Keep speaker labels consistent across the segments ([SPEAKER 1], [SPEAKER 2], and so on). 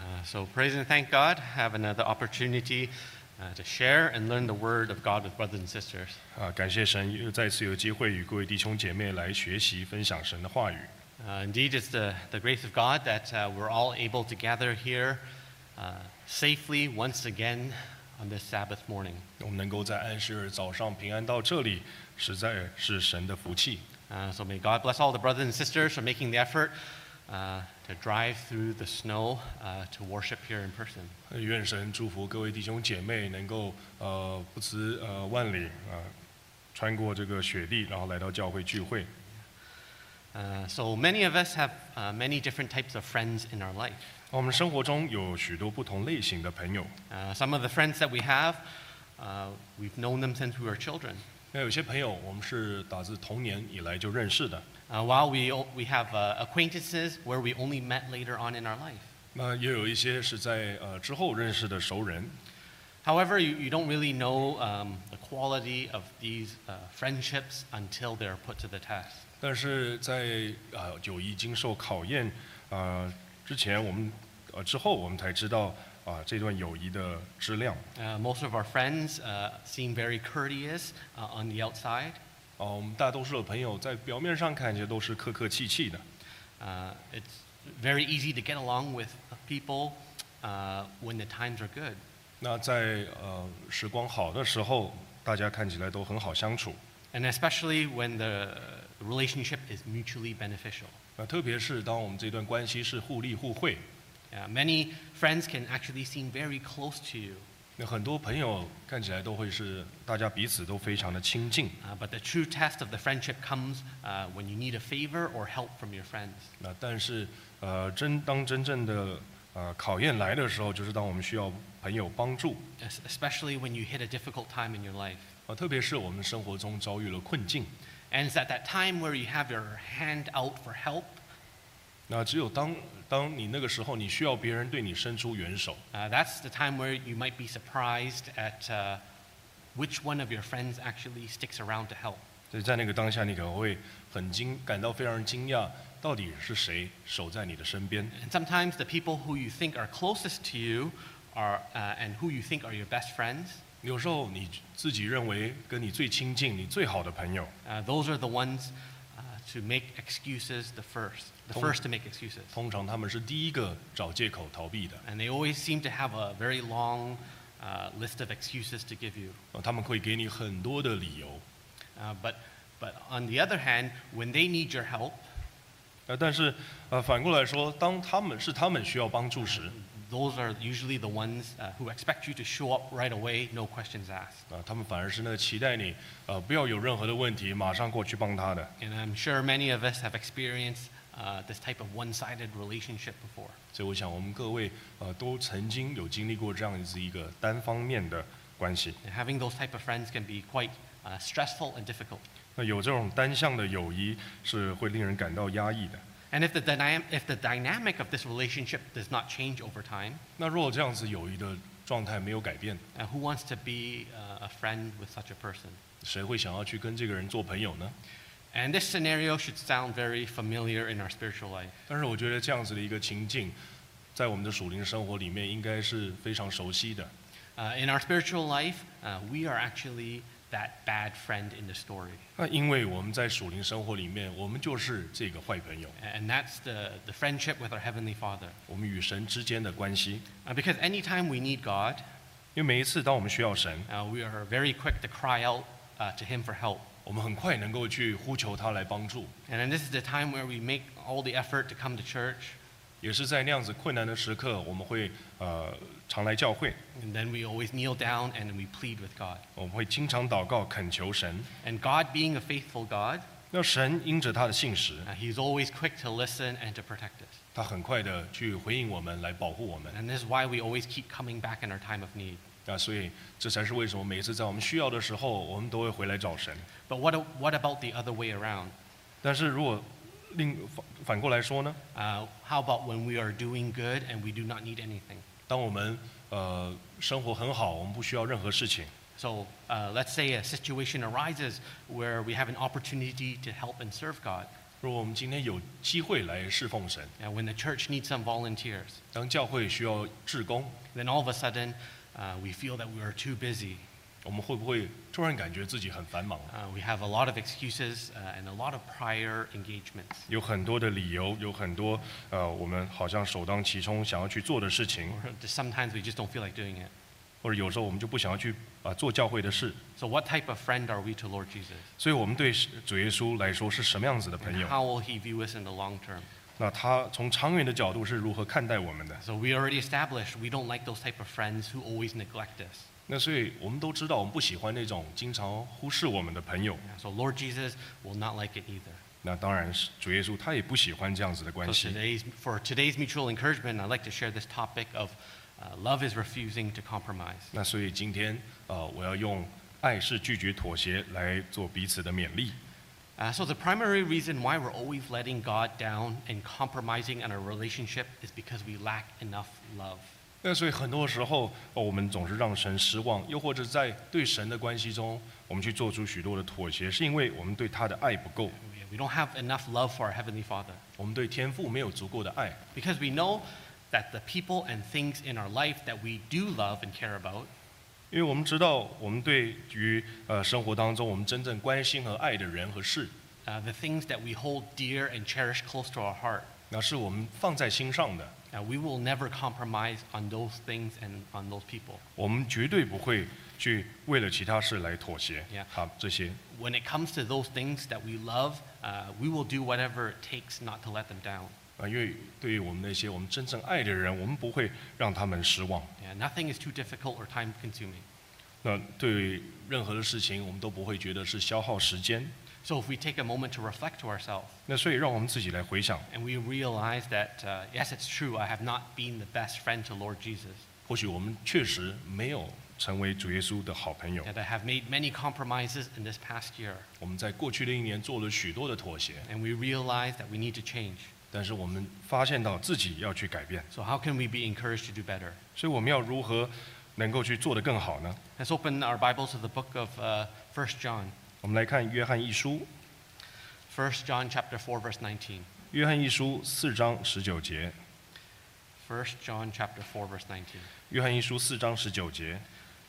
[SPEAKER 1] Uh, So praise and thank God, have another opportunity uh, to share and learn the Word of God with brothers and sisters.
[SPEAKER 2] 啊，感谢神又再次有机会与各位弟兄姐妹来学习分享神的话语。
[SPEAKER 1] Uh, indeed, it's the, the grace of God that uh, we're all able to gather here uh, safely once again on this Sabbath morning.
[SPEAKER 2] 我们能够在安息日早上平安到这里，实在是神的福气。
[SPEAKER 1] Uh, so may God bless all the brothers and sisters for making the effort uh, to drive through the snow uh, to worship here in person.
[SPEAKER 2] 呃愿神祝福各位弟兄姐妹能够呃不辞呃万里啊、呃穿过这个雪地，然后来到教会聚会。
[SPEAKER 1] Uh, so many of us have uh, many different types of friends in our life.
[SPEAKER 2] 我们生活中有许多不同类型的朋友，
[SPEAKER 1] Uh, some of the friends that we have, uh, we've known them since we were children.
[SPEAKER 2] 那有些朋友我们是打自童年以来就认识的，
[SPEAKER 1] Uh, while we, o- we have uh, acquaintances where we only met later on in our life.
[SPEAKER 2] 那也有一些是在呃之后认识的熟人。
[SPEAKER 1] However, you, you don't really know um, the quality of these uh, friendships until they're put to the test.
[SPEAKER 2] 但是在呃友谊经受考验呃之前，我们呃之后我们才知道啊、这段友谊的质量。
[SPEAKER 1] Uh, most of our friends uh, seem very courteous uh, on the outside,
[SPEAKER 2] 啊、我们大多数的朋友在表面上看起来都是客客气气的，
[SPEAKER 1] Uh, it's very easy to get along with people uh, when the times are good.
[SPEAKER 2] 那在呃时光好的时候，大家看起来都很好相处。
[SPEAKER 1] And especially when the relationship is mutually beneficial.
[SPEAKER 2] 那特别是当我们这段关系是互利互惠，
[SPEAKER 1] Uh, many friends can actually seem very close to you,
[SPEAKER 2] 那很多朋友看起来都会是大家彼此都非常的亲近。
[SPEAKER 1] uh, but the true test of the friendship comes uh, when you need a favor or help from your friends.
[SPEAKER 2] 那但是呃真当真正的呃考验来的时候，就是当我们需要朋友帮助
[SPEAKER 1] es- Especially when you hit a difficult time in your life.
[SPEAKER 2] 啊、特别是我们生活中遭遇了困境。
[SPEAKER 1] And it's at that time where you have your hand out for help
[SPEAKER 2] 那只有当当你那个时候，你需要别人对你伸出援手。
[SPEAKER 1] Uh, that's the time where you might be surprised at uh, which one of your friends actually sticks around to help.
[SPEAKER 2] 所以在那个当下，你可能会很惊，感到非常惊讶，到底是谁守在你的身边？
[SPEAKER 1] And sometimes the people who you think are closest to you are, uh, and who you think are your best friends,
[SPEAKER 2] 有时候你自己认为跟你最亲近、你最好的朋友，
[SPEAKER 1] uh, those are the ones uh, to make excuses the first, the
[SPEAKER 2] Tong-
[SPEAKER 1] first to make excuses.
[SPEAKER 2] 通常他们是第一个找借口逃避的，
[SPEAKER 1] And they always seem to have a very long uh, list of excuses to give you.
[SPEAKER 2] 呃他们会给你很多的理由。
[SPEAKER 1] Uh, but, but on the other hand, when they need your help,
[SPEAKER 2] 呃，但是呃，反过来说，当他们是他们需要帮助时，
[SPEAKER 1] those are usually the ones uh, who expect you to show up right away, no questions asked.
[SPEAKER 2] 啊、他们反而是那个期待你，呃，不要有任何的问题，马上过去帮他的。
[SPEAKER 1] And I'm sure many of us have experienced uh, this type of one sided relationship before.
[SPEAKER 2] 所以我想，我们各位呃，都曾经有经历过这样子一个单方面的关系。
[SPEAKER 1] And having those type of friends can be quite uh, stressful and difficult.
[SPEAKER 2] 那有这种单向的友谊是会令人感到压抑的。
[SPEAKER 1] And if the, dynam- if the dynamic of this relationship does not change over time,
[SPEAKER 2] 那若这样子友谊的状态没有改变，
[SPEAKER 1] uh, who wants to be uh, a friend with such a person?
[SPEAKER 2] 谁会想要去跟这个人做朋友呢？
[SPEAKER 1] And this scenario should sound very familiar in our spiritual life.
[SPEAKER 2] 但是我觉得这样子的一个情境，在我们的属灵生活里面应该是非常熟悉的。
[SPEAKER 1] Uh, in our spiritual life, uh, we are actually that bad friend in the story.
[SPEAKER 2] 那因为我们在属灵生活里面，我们就是这个坏朋友，
[SPEAKER 1] And that's the, the friendship with our Heavenly Father.
[SPEAKER 2] 我们与神之间的关系。
[SPEAKER 1] Uh, because anytime we need God,
[SPEAKER 2] 因为每一次当我们需要神，
[SPEAKER 1] Uh, we are very quick to cry out uh, to Him for help.
[SPEAKER 2] 我们很快能够去呼求他来帮助，
[SPEAKER 1] And then this is the time where we make all the effort to come to church,
[SPEAKER 2] 也是在那样子困难的时刻，我们会呃常来教会，
[SPEAKER 1] and then we always kneel down and we plead with God.
[SPEAKER 2] 我们会经常祷告恳求神。
[SPEAKER 1] And God, being a faithful God,
[SPEAKER 2] 那神因着他的信实，
[SPEAKER 1] uh, He's always quick to listen and to protect us.
[SPEAKER 2] 他很快的去回应我们，来保护我们。
[SPEAKER 1] And this is why we always keep coming back in our time of need.
[SPEAKER 2] 那所以这才是为什么每一次在我们需要的时候，我们都会回来找神。
[SPEAKER 1] But what, a- what about the other way around?
[SPEAKER 2] 但是如果另反反过来说呢？
[SPEAKER 1] Uh, how about when we are doing good and we do not need anything?
[SPEAKER 2] 当我们呃生活很好，我们不需要任何事情。
[SPEAKER 1] So uh, let's say a situation arises where we have an opportunity to help and serve God.
[SPEAKER 2] 如果我们今天有机会来侍奉神，
[SPEAKER 1] Uh, when the church needs some volunteers,
[SPEAKER 2] 当教会需要志工，
[SPEAKER 1] then all of a sudden uh, we feel that we are too busy.
[SPEAKER 2] 我们会不会突然感觉自己很繁忙？
[SPEAKER 1] Uh, we have a lot of excuses uh, and a lot of prior engagements.
[SPEAKER 2] 有很多的理由，有很多呃，我们好像首当其冲想要去做的事情，
[SPEAKER 1] Or just sometimes we just don't feel like doing it.
[SPEAKER 2] 或者有时候我们就不想要去啊、做教会的事。
[SPEAKER 1] So, what type of friend are we to Lord Jesus?
[SPEAKER 2] 所以，我们对主耶稣来说是什么样子的朋
[SPEAKER 1] And
[SPEAKER 2] 友？
[SPEAKER 1] how will he view us in the long term?
[SPEAKER 2] 那他从长远的角度是如何看待我们的？
[SPEAKER 1] So, we already established we don't like those type of friends who always neglect us.
[SPEAKER 2] 那所以我们都知道，我们不喜欢那种经常忽视我们的朋友。
[SPEAKER 1] Yeah, So, Lord Jesus will not like it either.
[SPEAKER 2] 那当然是主耶稣他也不喜欢这样子的关
[SPEAKER 1] So
[SPEAKER 2] 系。
[SPEAKER 1] today's, for today's mutual encouragement, I'd like to share this topic of uh, love is refusing to compromise.
[SPEAKER 2] 那所以今天，呃，我要用爱是拒绝妥协来做彼此的勉励。
[SPEAKER 1] Uh, so the primary reason why we're always letting God down and compromising in our relationship is because we lack enough love.
[SPEAKER 2] 那所以很多时候，呃我们总是让神失望，又或者在对神的关系中，我们去做出许多的妥协，是因为我们对他的爱不够，
[SPEAKER 1] We- We don't have enough love for our Heavenly Father
[SPEAKER 2] 我们对天父没有足够的爱。
[SPEAKER 1] because we know that the people and things in our life that we do love and care about
[SPEAKER 2] 因为我们知道，我们对于呃生活当中我们真正关心和爱的人和事，
[SPEAKER 1] uh, the things that we hold dear and cherish close to our heart.
[SPEAKER 2] 那是我们放在心上的，
[SPEAKER 1] Now, we will never compromise on those things and on those people.
[SPEAKER 2] 我们绝对不会去为了其他事来妥协
[SPEAKER 1] Yeah.
[SPEAKER 2] 好，这些。
[SPEAKER 1] When it comes to those things that we love, uh, we will do whatever it takes not to let them down.
[SPEAKER 2] 啊，因为对于我们那些我们真正爱的人，我们不会让他们失望。
[SPEAKER 1] Yeah, nothing is too difficult or time consuming.
[SPEAKER 2] 那对于任何的事情，我们都不会觉得是消耗时间。
[SPEAKER 1] So if we take a moment to reflect to ourselves
[SPEAKER 2] 那所以，让我们自己来回想，
[SPEAKER 1] and we realize that, uh, yes, it's true, I have not been the best friend to Lord Jesus,
[SPEAKER 2] 或许我们确实没有成为主耶稣的好朋友。
[SPEAKER 1] that I have made many compromises in this past year,
[SPEAKER 2] 我们在过去的一年做了许多的妥协，
[SPEAKER 1] and we realize that we need to change.
[SPEAKER 2] 但是我们发现到自己要去改变。
[SPEAKER 1] So how can we be encouraged to do better?
[SPEAKER 2] 所以，我们要如何能够去做得更好呢？
[SPEAKER 1] Let's open our Bibles to the book of uh, 1 John.
[SPEAKER 2] 我们来看约翰一书，
[SPEAKER 1] 1 John chapter 4, verse 19.
[SPEAKER 2] 约翰一书四章十九节，
[SPEAKER 1] 1 John chapter 4, verse 19.
[SPEAKER 2] 约翰一书四章十九节。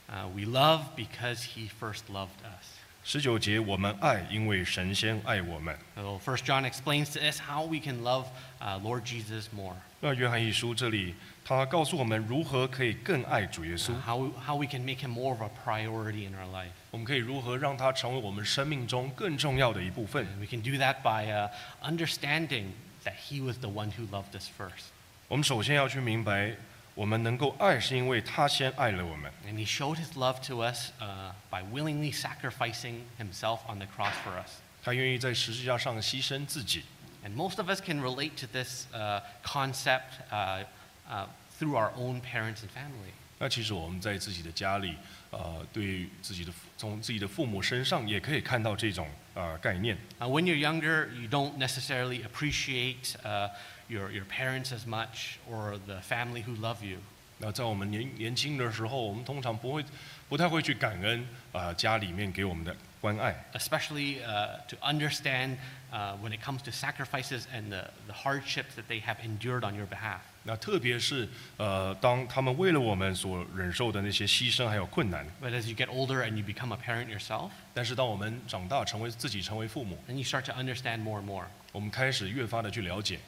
[SPEAKER 1] Uh, we love because he first loved us.
[SPEAKER 2] 十九节，我们爱，因为神先爱我们。
[SPEAKER 1] So First John explains to us how we can love uh, Lord Jesus more,
[SPEAKER 2] 那约翰一书这里，他告诉我们如何可以更爱主耶稣
[SPEAKER 1] uh,，how, how we can make him more of a priority in our life.
[SPEAKER 2] 我们可以如何让他成为我们生命中更重要的一部分。
[SPEAKER 1] And we can do that by uh, understanding that he was the one who loved us first.
[SPEAKER 2] 我们首先要去明白，我们能够爱是因为他先爱了我们。
[SPEAKER 1] And he showed his love to us uh, by willingly sacrificing himself on the cross for us.
[SPEAKER 2] 他愿意在十字架上牺牲自己。
[SPEAKER 1] And most of us can relate to this uh, concept uh, uh, through our own parents and family.
[SPEAKER 2] 那其实我们在自己的家里，呃，对于自己的父从自己的父母身上也可以看到这种呃概念。
[SPEAKER 1] Uh, when you're younger, you don't necessarily appreciate uh, your, your parents as much or the family who love you.
[SPEAKER 2] 那在我们年年轻的时候，我们通常不会不太会去感恩啊、呃家里面给我们的关爱。
[SPEAKER 1] especially uh, to understand uh, when it comes to sacrifices and the, the hardships that they have endured on your behalf.
[SPEAKER 2] 那特别是呃，当他们为了我们所忍受的那些牺牲还有困难，
[SPEAKER 1] But as you get older and you become a parent yourself,
[SPEAKER 2] 但是当我们长大成为自己成为父母，
[SPEAKER 1] then you start to understand more and more.
[SPEAKER 2] 我们开始越发的去了解。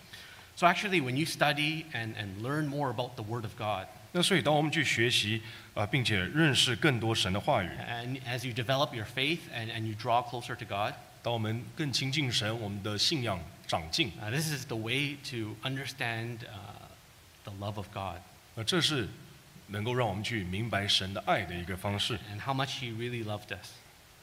[SPEAKER 1] So, actually, when you study and, and learn more about the Word of God,
[SPEAKER 2] 那所以，当我们去学习啊、呃并且认识更多神的话语，
[SPEAKER 1] and as you develop your faith and, and you draw closer to God,
[SPEAKER 2] 当我们更亲近神，我们的信仰长进，
[SPEAKER 1] uh, this is the way to understand uh, the love of God
[SPEAKER 2] 那这是能够让我们去明白神的爱的一个方式。
[SPEAKER 1] and how much He really loved us.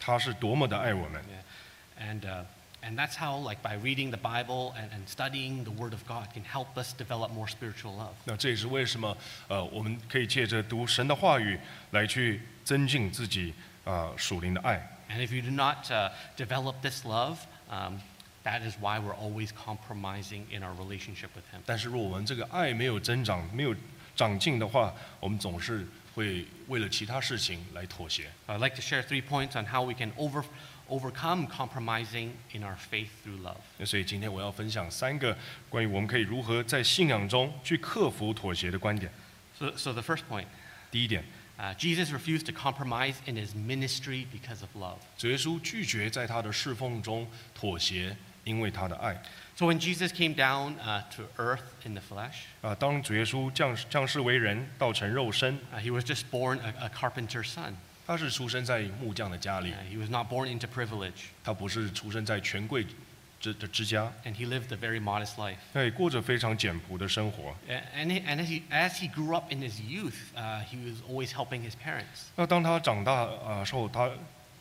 [SPEAKER 2] 他是多么的爱我们。
[SPEAKER 1] Yeah. And, uh, and that's how, like, by reading the Bible and, and studying the Word of God can help us develop more spiritual love.
[SPEAKER 2] 那这也是为什么呃，我们可以借着读神的话语来去增进自己啊、呃属灵的爱。
[SPEAKER 1] And if you do not uh, develop this love, um, that is why we're always compromising in our relationship with Him.
[SPEAKER 2] 但是若我们这个爱没有增长、没有长进的话，我们总是会为了其他事情来妥协。
[SPEAKER 1] Uh, I'd like to share three points on how we can over, overcome compromising in our faith through love.
[SPEAKER 2] 所以今天我要分享三个关于我们可以如何在信仰中去克服妥协的观点。
[SPEAKER 1] So, so the first point
[SPEAKER 2] 第一点，
[SPEAKER 1] uh, Jesus refused to compromise in his ministry because of love.
[SPEAKER 2] 主耶稣拒绝在他的侍奉中妥协，因为他的爱。
[SPEAKER 1] So when Jesus came down uh, to earth in the flesh,
[SPEAKER 2] 啊，当主耶稣降降世为人，道成肉身，
[SPEAKER 1] uh, he was just born a, a carpenter's son.
[SPEAKER 2] 他是出生在木匠的家
[SPEAKER 1] Uh,
[SPEAKER 2] 里，
[SPEAKER 1] he was not born into privilege,
[SPEAKER 2] 他不是出生在权贵之的之家，
[SPEAKER 1] and he lived a very modest life.
[SPEAKER 2] 对，过着非常简朴的生活。
[SPEAKER 1] A- And, he- and as, he, as he grew up in his youth, uh, he was always helping his parents
[SPEAKER 2] 那当他长大啊后，他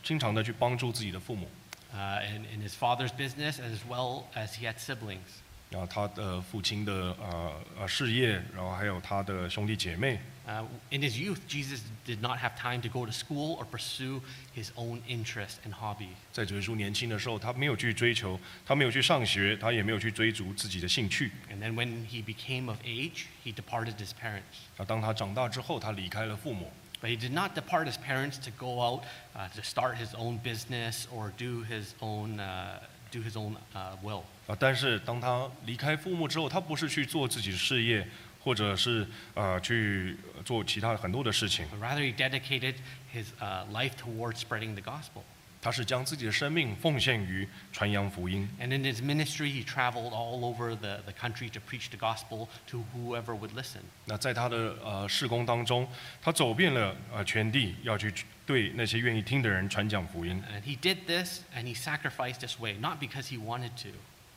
[SPEAKER 2] 经常的去帮助自己的父母。
[SPEAKER 1] uh, in, in his father's business as well as he had siblings.
[SPEAKER 2] 然后他的父亲的呃呃事业，然后还有他的兄弟姐妹，
[SPEAKER 1] Uh, in his youth, Jesus did not have time to go to school or pursue his own interest and hobby.
[SPEAKER 2] 在主耶稣年轻的时候，他没有去追求，他没有去上学，他也没有去追逐自己的兴趣。
[SPEAKER 1] And then when he became of age, he departed his parents.
[SPEAKER 2] 啊，当他长大之后，他离开了父母，
[SPEAKER 1] But he did not depart his parents to go out uh, to start his own business or do his own, uh, do his own uh, will.
[SPEAKER 2] 啊，但是当他离开父母之后，他不是去做自己的事业，或者是呃去做其他很多的事情，
[SPEAKER 1] But rather, he dedicated his uh, life towards spreading the gospel.
[SPEAKER 2] 他是将自己的生命奉献于传扬福音。
[SPEAKER 1] And in his ministry, he traveled all over the, the country to preach the gospel to whoever would listen.
[SPEAKER 2] 那在他的呃事工当中，他走遍了呃全地，要去对那些愿意听的人传讲福音。
[SPEAKER 1] And he did this and he sacrificed this way, not because he wanted to,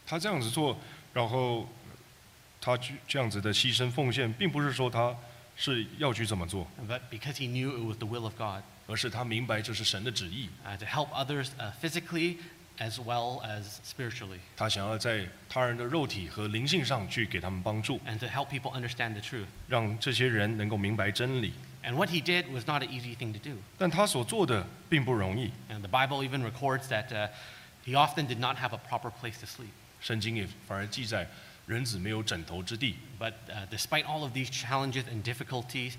[SPEAKER 2] 他这样子做，然后他去这样子的牺牲奉献，并不是说他是要去怎么做，
[SPEAKER 1] but because he knew it was the will of God
[SPEAKER 2] 而是他明白这是神的旨意。
[SPEAKER 1] uh, to help others uh, physically as well as spiritually,
[SPEAKER 2] 他想要在他人的肉体和灵性上去给他们帮助，
[SPEAKER 1] and to help people understand the truth.
[SPEAKER 2] 让这些人能够明白真理。
[SPEAKER 1] And what he did was not an easy thing to do.
[SPEAKER 2] 但他所做的并不容易，
[SPEAKER 1] And the Bible even records that uh, he often did not have a proper place to sleep.
[SPEAKER 2] 圣经也反而记载，人子没有枕头之地。
[SPEAKER 1] But uh, despite all of these challenges and difficulties,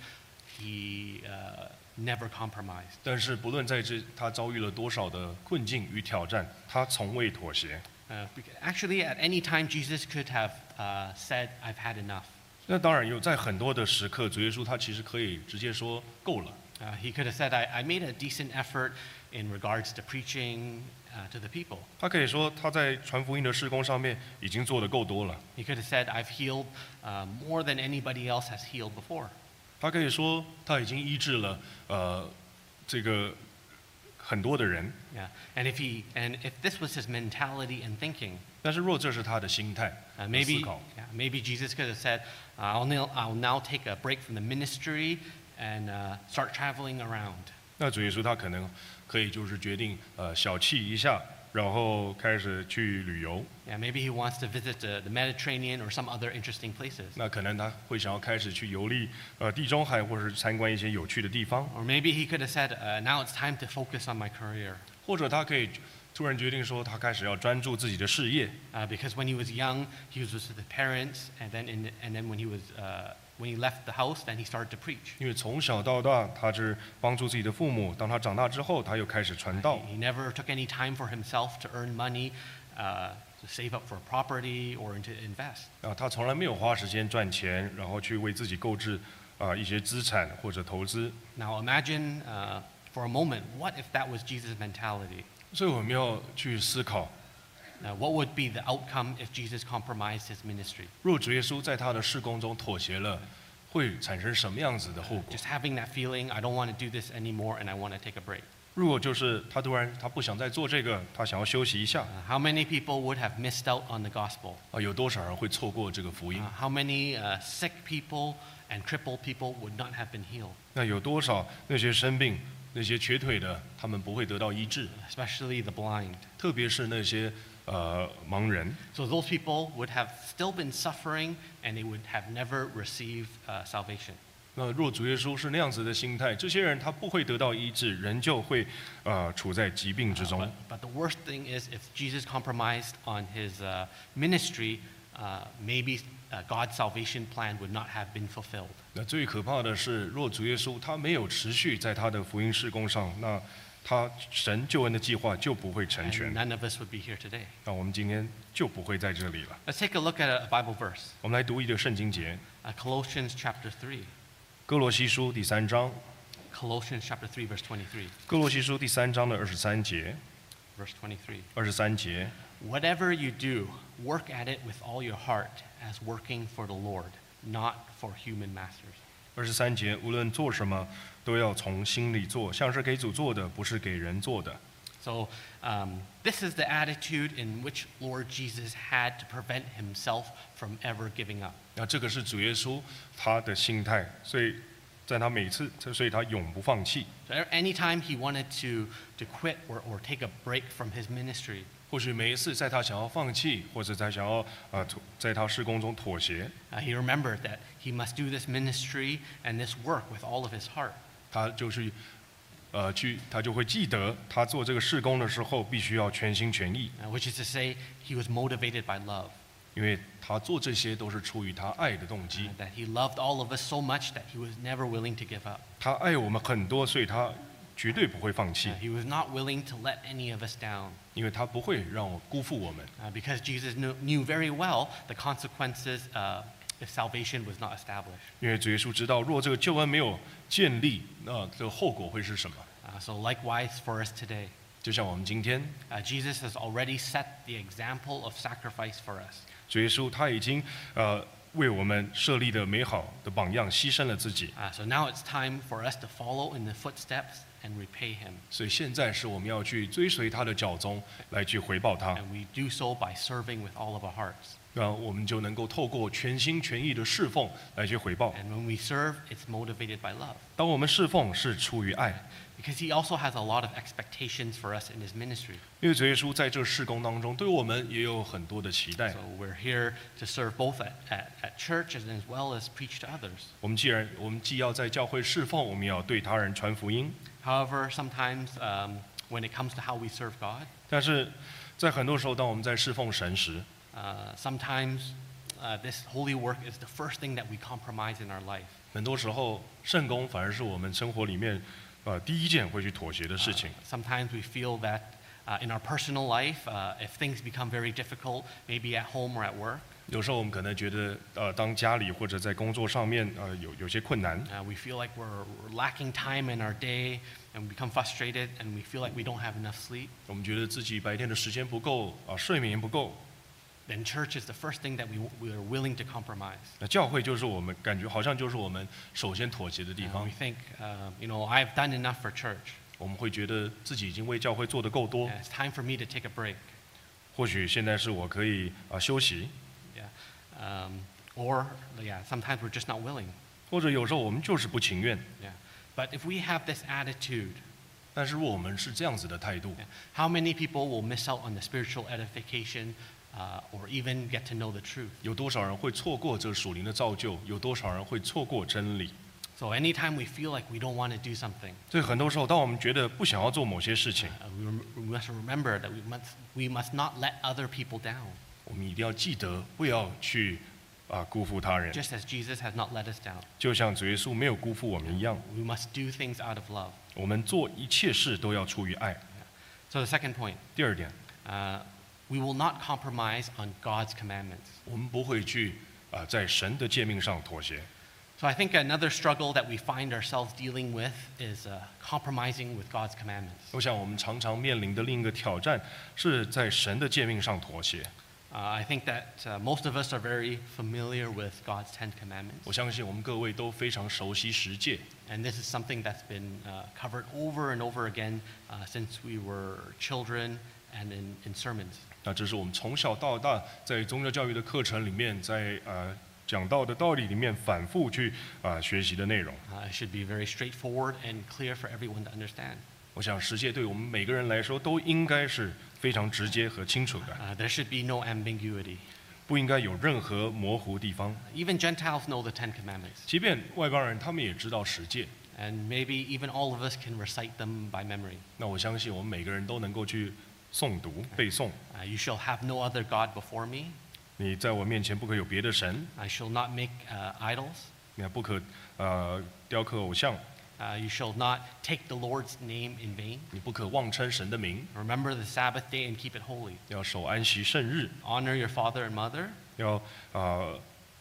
[SPEAKER 1] he uh, never compromised.
[SPEAKER 2] 但是不论在这他遭遇了多少的困境与挑战，他从未妥协。
[SPEAKER 1] Uh, bec- actually, at any time, Jesus could have uh, said, I've had enough.
[SPEAKER 2] 那当然有在很多的时刻，主耶稣他其实可以直接说够了。
[SPEAKER 1] Uh, he could have said, I, I made a decent effort in regards to preaching uh, to the people.
[SPEAKER 2] 他可以说他在传福音的施工上面已经做得够多了。
[SPEAKER 1] He could have said, I've healed uh, more than anybody else has healed before.
[SPEAKER 2] 他可以说他已经医治了呃这个很多的人。
[SPEAKER 1] Yeah. And if, he, and if this was his mentality and thinking,
[SPEAKER 2] 但是若这是他的心态
[SPEAKER 1] Uh,
[SPEAKER 2] 和
[SPEAKER 1] maybe,
[SPEAKER 2] 思考，
[SPEAKER 1] yeah, maybe Jesus could have said, I'll now, I'll now take a break from the ministry and uh, start traveling around.
[SPEAKER 2] 那主耶稣他可能可以就是决定呃小憩一下，然后开始去旅游。
[SPEAKER 1] Yeah, maybe he wants to visit uh, the, the Mediterranean or some other interesting places.
[SPEAKER 2] 那可能他会想要开始去游历呃地中海，或者是参观一些有趣的地方，
[SPEAKER 1] Or maybe he could have said, uh, Now it's time to focus on my career.
[SPEAKER 2] 或者他可以突然决定说他开始要专注自己的事业。
[SPEAKER 1] Uh, because when he was young, he was with his parents, and then, in, and then when, he was, uh, when he left the house, then he started to preach.
[SPEAKER 2] 因为从小到大，他是帮助自己的父母。当他长大之后，他又开始传
[SPEAKER 1] He,
[SPEAKER 2] 道。
[SPEAKER 1] he never took any time for himself to earn money, uh, to save up for property, or to invest.
[SPEAKER 2] 啊，他从来没有花时间赚钱，然后去为自己购置啊一些资产或者投资。
[SPEAKER 1] Now imagine uh, for a moment, what if that was Jesus' mentality?
[SPEAKER 2] 所以我们要去思考，
[SPEAKER 1] Now, what would be the outcome if Jesus compromised his ministry?
[SPEAKER 2] 若主耶稣在他的事工中妥协了，会产生什么样子的后果
[SPEAKER 1] Just？having that feeling, I don't want to do this anymore and I want to take a break.
[SPEAKER 2] 如果就是他突然他不想再做这个，他想要休息一下
[SPEAKER 1] Uh, how many people would have missed out on the gospel?
[SPEAKER 2] 啊，有多少人会错过这个福
[SPEAKER 1] Uh,
[SPEAKER 2] 音？
[SPEAKER 1] how many uh, sick people and crippled people would not have been healed?
[SPEAKER 2] 那有多少那些生病、那些瘸腿的，他们不会得到医治？
[SPEAKER 1] Especially the blind.
[SPEAKER 2] 特别是那些呃盲人。
[SPEAKER 1] So those people would have still been suffering and they would have never received uh, salvation.
[SPEAKER 2] 那若主耶稣是那样子的心态，这些人他不会得到医治，人就会呃处在疾病之
[SPEAKER 1] Uh,
[SPEAKER 2] 中
[SPEAKER 1] but,。but the worst thing is if Jesus compromised on his uh, ministry, uh, maybe uh, God's salvation plan would not have been fulfilled.
[SPEAKER 2] 那最可怕的是，若主耶稣他没有持续在他的福音事工上，那他神救恩的计划就不会成
[SPEAKER 1] and
[SPEAKER 2] 全。
[SPEAKER 1] none of us would be here today.
[SPEAKER 2] 那我们今天就不会在这里了。
[SPEAKER 1] Let's take a look at a Bible verse,
[SPEAKER 2] 我们来读一个圣经节，《
[SPEAKER 1] uh, Colossians chapter 3.
[SPEAKER 2] 哥罗西书》第三章，《
[SPEAKER 1] Colossians chapter 3, verse 23.
[SPEAKER 2] 哥罗西书》第三章的二十三节，
[SPEAKER 1] Verse 23.
[SPEAKER 2] 二十三节，
[SPEAKER 1] Whatever you do, work at it with all your heart as working for the Lord, not for human masters.
[SPEAKER 2] 二十三节，无论做什么，都要从心里做，像是给主做的，不是给人做的。
[SPEAKER 1] So, um, this is the attitude in which Lord Jesus had to prevent himself from ever giving up.
[SPEAKER 2] 那这个是主耶稣他的心态，所以在他每次，所以他永不放弃。
[SPEAKER 1] So, a- anytime he wanted to, to quit or, or take a break from his ministry,
[SPEAKER 2] 或许每一次在他想要放弃，或者在想要啊、妥在他施工中妥协，
[SPEAKER 1] uh, he remembered that he must do this ministry and this work with all of his heart.
[SPEAKER 2] 他就是呃去，他就会记得他做这个事工的时候必须要全心全意，
[SPEAKER 1] uh, which is to say, he was motivated by love,
[SPEAKER 2] 因为他做这些都是出于他爱的动
[SPEAKER 1] uh,
[SPEAKER 2] 机。
[SPEAKER 1] that he loved all of us so much that he was never willing to give up.
[SPEAKER 2] 他爱我们很多，所以他绝对不会放弃
[SPEAKER 1] Uh,，he was not willing to let any of us down
[SPEAKER 2] 因为他不会让我辜负我们。
[SPEAKER 1] uh, because Jesus knew, knew very well the consequences uh, if salvation was not established.
[SPEAKER 2] 因为主耶稣知道，若这个救恩没有建立，那这个后果会是什么？
[SPEAKER 1] Uh, so, likewise for us today,
[SPEAKER 2] 就像我们今天，
[SPEAKER 1] uh, Jesus has already set the example of sacrifice for us.
[SPEAKER 2] 主耶稣他已经呃为我们设立的美好的榜样，牺牲了自己。
[SPEAKER 1] Uh, so, now it's time for us to follow in the footsteps and repay him.
[SPEAKER 2] 所以现在是我们要去追随他的脚踪，来去回报他。
[SPEAKER 1] And we do so by serving with all of our hearts.
[SPEAKER 2] 那我们就能够透过全心全意的侍奉来去回报。
[SPEAKER 1] And when we serve, it's motivated by love.
[SPEAKER 2] 当我们侍奉是出于爱，
[SPEAKER 1] Because he also has a lot of expectations for us in his ministry.
[SPEAKER 2] 因为主耶稣在这事工当中对我们也有很多的期待
[SPEAKER 1] So。we're here to serve both at, at, at church and as well as preach to others.
[SPEAKER 2] 我们既然我们既要在教会侍奉，我们也要对他人传福音。
[SPEAKER 1] However, sometimes um, when it comes to how we serve God,
[SPEAKER 2] 但是在很多时候，当我们在侍奉神时，
[SPEAKER 1] uh, sometimes uh, this holy work is the first thing that we compromise in our life.
[SPEAKER 2] 很多时候圣功反而是我们生活里面呃第一件会去妥协的
[SPEAKER 1] Uh,
[SPEAKER 2] 事情。
[SPEAKER 1] sometimes we feel that uh, in our personal life, uh, if things become very difficult, maybe at home or at work,
[SPEAKER 2] 有时候我们可能觉得，呃，当家里或者在工作上面，呃，有有些困难，
[SPEAKER 1] uh, we feel like we're, we're lacking time in our day and we become frustrated and we feel like we don't have enough sleep.
[SPEAKER 2] 我们觉得自己白天的时间不够，啊、睡眠不够，
[SPEAKER 1] then church is the first thing that we, we are willing to compromise.
[SPEAKER 2] 那教会就是我们感觉好像就是我们首先妥协的地
[SPEAKER 1] Uh,
[SPEAKER 2] 方
[SPEAKER 1] we。think, uh, you know, I've done enough for church.
[SPEAKER 2] 我们会觉得自己已经为教会做得够
[SPEAKER 1] Yeah,
[SPEAKER 2] 多，
[SPEAKER 1] it's time for me to take a break.
[SPEAKER 2] 或许现在是我可以啊、休息，
[SPEAKER 1] Yeah. Um, or, yeah, sometimes we're just not willing.
[SPEAKER 2] 或者有时候我们就是不情愿。
[SPEAKER 1] Yeah. But if we have this attitude,
[SPEAKER 2] 但是如果我们是这样子的态度
[SPEAKER 1] yeah,，how many people will miss out on the spiritual edification uh, or even get to know the truth?
[SPEAKER 2] 有多少人会错过这属灵的造就？有多少人会错过真理？
[SPEAKER 1] So anytime we feel like we don't want to do something,
[SPEAKER 2] 所以很多时候，当我们觉得不想要做某些事情，
[SPEAKER 1] uh, we, rem- we must remember that we must, we must not let other people down,
[SPEAKER 2] 我们一定要记得不要去啊、辜负他人，
[SPEAKER 1] just as Jesus has not let us down.
[SPEAKER 2] 就像主耶稣没有辜负我们一样。
[SPEAKER 1] We must do things out of love.
[SPEAKER 2] 我们做一切事都要出于爱。
[SPEAKER 1] So the second point,
[SPEAKER 2] 第二点，
[SPEAKER 1] uh, we will not compromise on God's commandments.
[SPEAKER 2] 我们不会去啊、在神的诫命上妥协。
[SPEAKER 1] So I think another struggle that we find ourselves dealing with is uh, compromising with God's commandments.
[SPEAKER 2] 我想我们常常面临的另一个挑战是在神的诫命上妥协。
[SPEAKER 1] Uh, I think that uh, most of us are very familiar with God's Ten
[SPEAKER 2] 我
[SPEAKER 1] Commandments,
[SPEAKER 2] 相信我们各位都非常熟悉十诫，
[SPEAKER 1] and this is something that's been uh, covered over and over again uh, since we were children and in, in sermons.
[SPEAKER 2] 那这是我们从小到大在宗教教育的课程里面，在呃讲到的道理里面反复去啊、学习的内容。
[SPEAKER 1] Uh, it should be very straightforward and clear for everyone to understand.
[SPEAKER 2] 我想十诫对我们每个人来说都应该是非常直接和清楚的，
[SPEAKER 1] Uh, there should be no ambiguity.
[SPEAKER 2] 不应该有任何模糊地方。
[SPEAKER 1] Even Gentiles know the Ten Commandments.
[SPEAKER 2] 即便外邦人他们也知道十诫，
[SPEAKER 1] And maybe even all of us can recite them by memory.
[SPEAKER 2] 那我相信我们每个人都能够去诵读背诵。
[SPEAKER 1] Uh, you shall have no other God before me.
[SPEAKER 2] 你在我面前不可有别的神，
[SPEAKER 1] I shall not make uh, idols.
[SPEAKER 2] 你还不可呃雕刻偶像，
[SPEAKER 1] Uh, you shall not take the Lord's name in vain.
[SPEAKER 2] 你不可妄称神的名，
[SPEAKER 1] Remember the Sabbath day and keep it holy.
[SPEAKER 2] 要守安息圣日，
[SPEAKER 1] Honor your father and mother.
[SPEAKER 2] 要啊、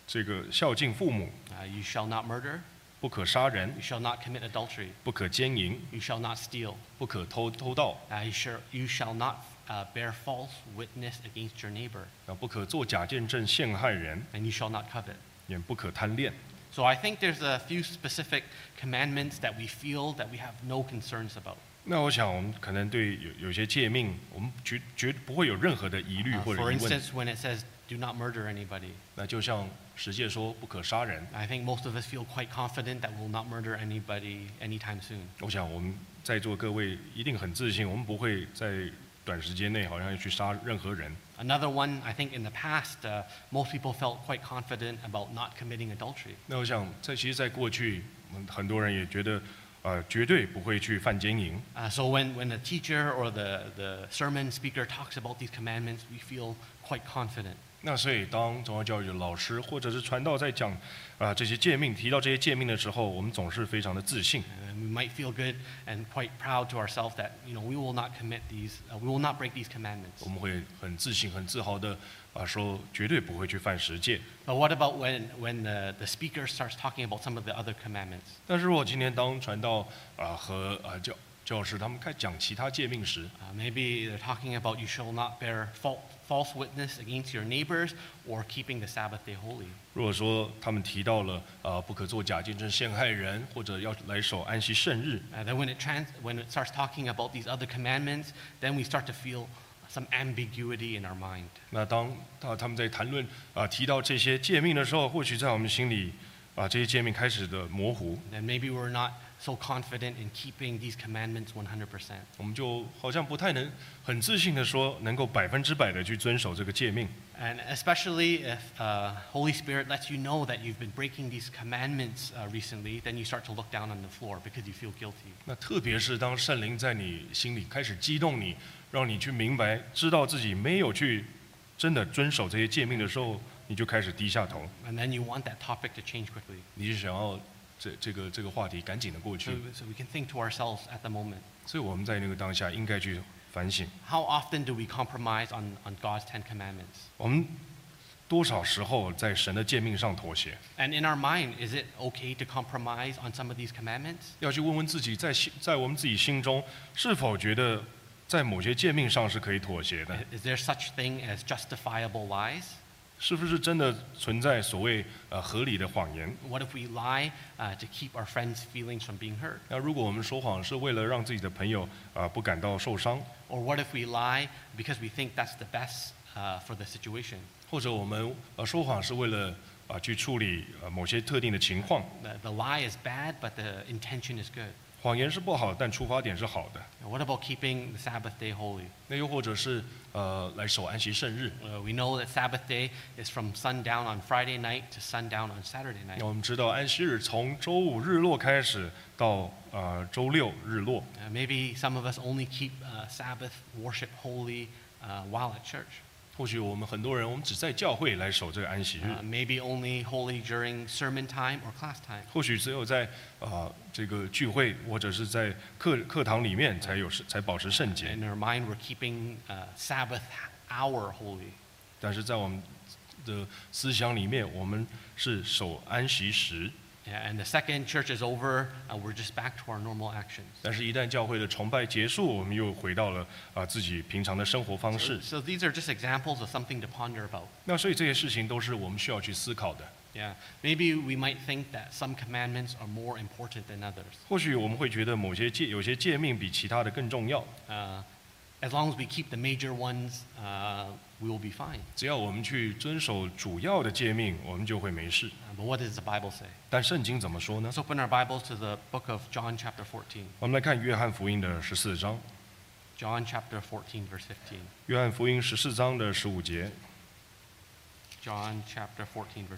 [SPEAKER 2] 这个孝敬父母，
[SPEAKER 1] Uh, you shall not murder.
[SPEAKER 2] 不可杀人
[SPEAKER 1] You，shall not commit adultery.
[SPEAKER 2] 不可奸淫，
[SPEAKER 1] You shall not steal.
[SPEAKER 2] 不可偷偷盗，
[SPEAKER 1] Uh, you, shall, you shall not uh, bear false witness against your neighbor.
[SPEAKER 2] 啊，不可作假见证陷害人，
[SPEAKER 1] And you shall not covet.
[SPEAKER 2] 也不可贪恋。
[SPEAKER 1] So I think there's a few specific commandments that we feel that we have no concerns about.
[SPEAKER 2] 那我想，我们可能对有有些诫命，我们绝绝不会有任何的疑虑
[SPEAKER 1] Uh,
[SPEAKER 2] 或者
[SPEAKER 1] for
[SPEAKER 2] 疑问。
[SPEAKER 1] instance, when it says, do not murder anybody,
[SPEAKER 2] 那就像十诫说不可杀人，
[SPEAKER 1] I think most of us feel quite confident that we'll not murder anybody anytime soon.
[SPEAKER 2] 我想我们在座各位一定很自信，我们不会在短时间内好像要去杀任何人。
[SPEAKER 1] Another one, I think in the past, uh, most people felt quite confident about not committing adultery.
[SPEAKER 2] 那我想，在其实，在过去，我们很多人也觉得，呃，绝对不会去犯奸淫。
[SPEAKER 1] Uh, so when, when the teacher or the, the sermon speaker talks about these commandments, we feel quite confident.
[SPEAKER 2] 那所以，当宗教教育的老师或者是传道在讲，啊、这些诫命，提到这些诫命的时候，我们总是非常的自信。
[SPEAKER 1] And we might feel good and quite proud to ourselves that, you know, we will not commit these, uh, we will not break these commandments.
[SPEAKER 2] 我们会很自信、很自豪的啊、说绝对不会去犯十诫。
[SPEAKER 1] But what about when, when the, the speaker starts talking about some of the other commandments?
[SPEAKER 2] 但是如果今天当传道啊、和啊、教教师他们开讲其他诫命时，
[SPEAKER 1] Uh, maybe they're talking about you shall not bear fal- false witness against your neighbors or keeping the Sabbath day holy.
[SPEAKER 2] 如果说他们提到了啊、不可作假见证陷害人，或者要来守安息圣日，
[SPEAKER 1] Uh, then when it, trans- when it starts talking about these other commandments, then we start to feel some ambiguity in our mind.
[SPEAKER 2] 那当他他们在谈论啊、提到这些诫命的时候，或许在我们心里啊、这些诫命开始的模糊，
[SPEAKER 1] Then maybe we're not so confident in keeping these commandments 100%.
[SPEAKER 2] 我们就好像不太能很自信的说能够百分之百的去遵守这个诫命。
[SPEAKER 1] And especially if uh, Holy Spirit lets you know that you've been breaking these commandments uh, recently, then you start to look down on the floor because you feel guilty.
[SPEAKER 2] 那特别是当圣灵在你心里开始激动你，让你去明白，知道自己没有去真的遵守这些诫命的时候，你就开始低下头，
[SPEAKER 1] And then you want that topic to change quickly.
[SPEAKER 2] 你就想要这这个这个话题赶紧的过去
[SPEAKER 1] So,。so we can think to ourselves at the moment
[SPEAKER 2] 所以我们在那个当下应该去反省，
[SPEAKER 1] how often do we compromise on, on God's Ten Commandments?
[SPEAKER 2] 我们多少时候在神的诫命上妥协？
[SPEAKER 1] And in our mind, is it okay to compromise on some of these commandments?
[SPEAKER 2] 要去问问自己，在心在我们自己心中是否觉得在某些诫命上是可以妥协的？
[SPEAKER 1] Is there such thing as justifiable lies?
[SPEAKER 2] 是不是真的存在所谓呃合理的谎言？
[SPEAKER 1] What if we lie uh, to keep our friends' feelings from being hurt?
[SPEAKER 2] 那如果我们说谎是为了让自己的朋友啊、呃不感到受伤，
[SPEAKER 1] Or what if we lie because we think that's the best uh, for the situation?
[SPEAKER 2] 或者我们呃说谎是为了啊、呃去处理呃某些特定的情况，
[SPEAKER 1] The, the lie is bad, but the intention is good.
[SPEAKER 2] 谎言是不好，但出发点是好的。
[SPEAKER 1] And what about keeping the Sabbath day holy?
[SPEAKER 2] 那又或者是呃来守安息圣日，
[SPEAKER 1] Uh, we know that Sabbath day is from sundown on Friday night to sundown on Saturday night.
[SPEAKER 2] 那我们知道安息日从周五日落开始到呃周六日落，
[SPEAKER 1] Uh, maybe some of us only keep uh, Sabbath worship holy uh, while at church.
[SPEAKER 2] 或许我们很多人我们只在教会来守这个安息日
[SPEAKER 1] Uh,，maybe only holy during sermon time or class time.
[SPEAKER 2] 或许只有在啊、呃这个聚会或者是在课课堂里面才有才保持圣洁
[SPEAKER 1] In，our mind, we're keeping uh, Sabbath hour holy.
[SPEAKER 2] 但是在我们的思想里面，我们是守安息时，
[SPEAKER 1] Yeah, and the second church is over, uh, we're just back to our normal actions.
[SPEAKER 2] 但是一旦教会的崇拜结束，我们又回到了啊、呃自己平常的生活方
[SPEAKER 1] So,
[SPEAKER 2] 式。
[SPEAKER 1] so these are just examples of something to ponder about.
[SPEAKER 2] 那所以这些事情都是我们需要去思考的。
[SPEAKER 1] Yeah, maybe we might think that some commandments are more important than others.
[SPEAKER 2] 或许我们会觉得某些界有些界命比其他的更重要，
[SPEAKER 1] Uh, as long as we keep the major ones, uh, we will be fine.
[SPEAKER 2] 只要我们去遵守主要的诫命，我们就会没事。
[SPEAKER 1] Uh, but what does the Bible say?
[SPEAKER 2] 但圣经怎么说呢
[SPEAKER 1] Let's？open our Bibles to the book of John, chapter 14.
[SPEAKER 2] 我们来看约翰福音的十四章，
[SPEAKER 1] John, chapter 14, verse 15.
[SPEAKER 2] 约翰福音十四章的十五节，
[SPEAKER 1] John, chapter 14, verse 15.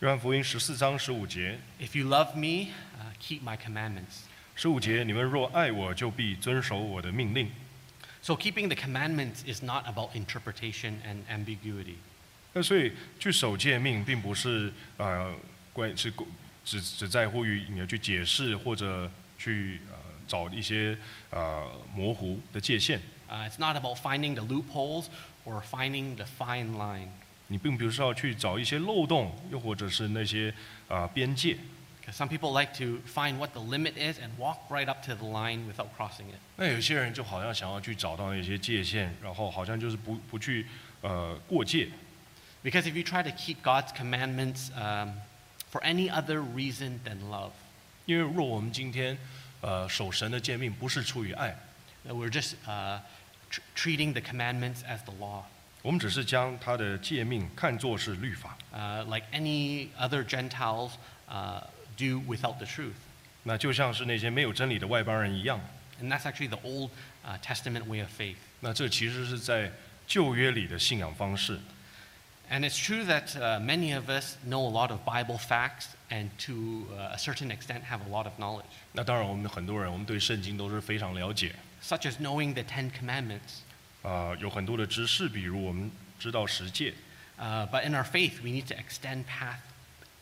[SPEAKER 2] 约翰福音十四章十五节，
[SPEAKER 1] If you love me, uh, keep my commandments.
[SPEAKER 2] 十五节，你们若爱我，就必遵守我的命令。
[SPEAKER 1] So, keeping the commandments is not about interpretation and ambiguity.
[SPEAKER 2] 那所以去守诫命，并不是呃关是只只在乎于你要去解释或者去呃找一些呃模糊的界限。
[SPEAKER 1] Uh, it's not about finding the loopholes or finding the fine line,
[SPEAKER 2] 你并不是要去找一些漏洞，又或者是那些啊、呃边界。
[SPEAKER 1] because some people like to find what the limit is and walk right up to the line without crossing it.
[SPEAKER 2] 那有些人就好像想要去找到那些界限，然后好像就是不不去呃过界。
[SPEAKER 1] Because if you try to keep God's commandments um, for any other reason than love,
[SPEAKER 2] 因为若我们今天呃守神的诫命不是出于爱，
[SPEAKER 1] that we're just uh, tr- treating the commandments as the law,
[SPEAKER 2] 我们只是将他的诫命看作是律法，
[SPEAKER 1] uh, like any other Gentiles uh, do without the truth.
[SPEAKER 2] 那就像是那些没有真理的外邦人一样。
[SPEAKER 1] And that's actually the Old uh, Testament way of faith.
[SPEAKER 2] 那这其实是在旧约里的信仰方式。
[SPEAKER 1] And it's true that uh, many of us know a lot of Bible facts and to uh, a certain extent have a lot of knowledge,
[SPEAKER 2] 那当然，我们很多人我们对圣经都是非常了解，
[SPEAKER 1] such as knowing the Ten Commandments.
[SPEAKER 2] 啊，有很多的知识，比如我们知道十诫，
[SPEAKER 1] Uh, but in our faith, we need to extend, path,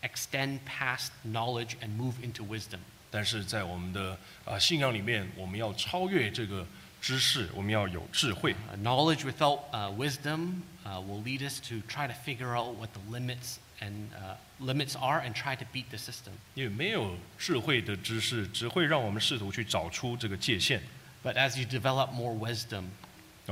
[SPEAKER 1] extend past knowledge and move into wisdom.
[SPEAKER 2] 但是在我们的啊信仰里面，我们要超越这个知识，我们要有智慧。
[SPEAKER 1] Uh, knowledge without uh, wisdom uh, will lead us to try to figure out what the limits and uh, limits are and try to beat the system.
[SPEAKER 2] 因为没有智慧的知识，只会让我们试图去找出这个界限，
[SPEAKER 1] But as you develop more wisdom,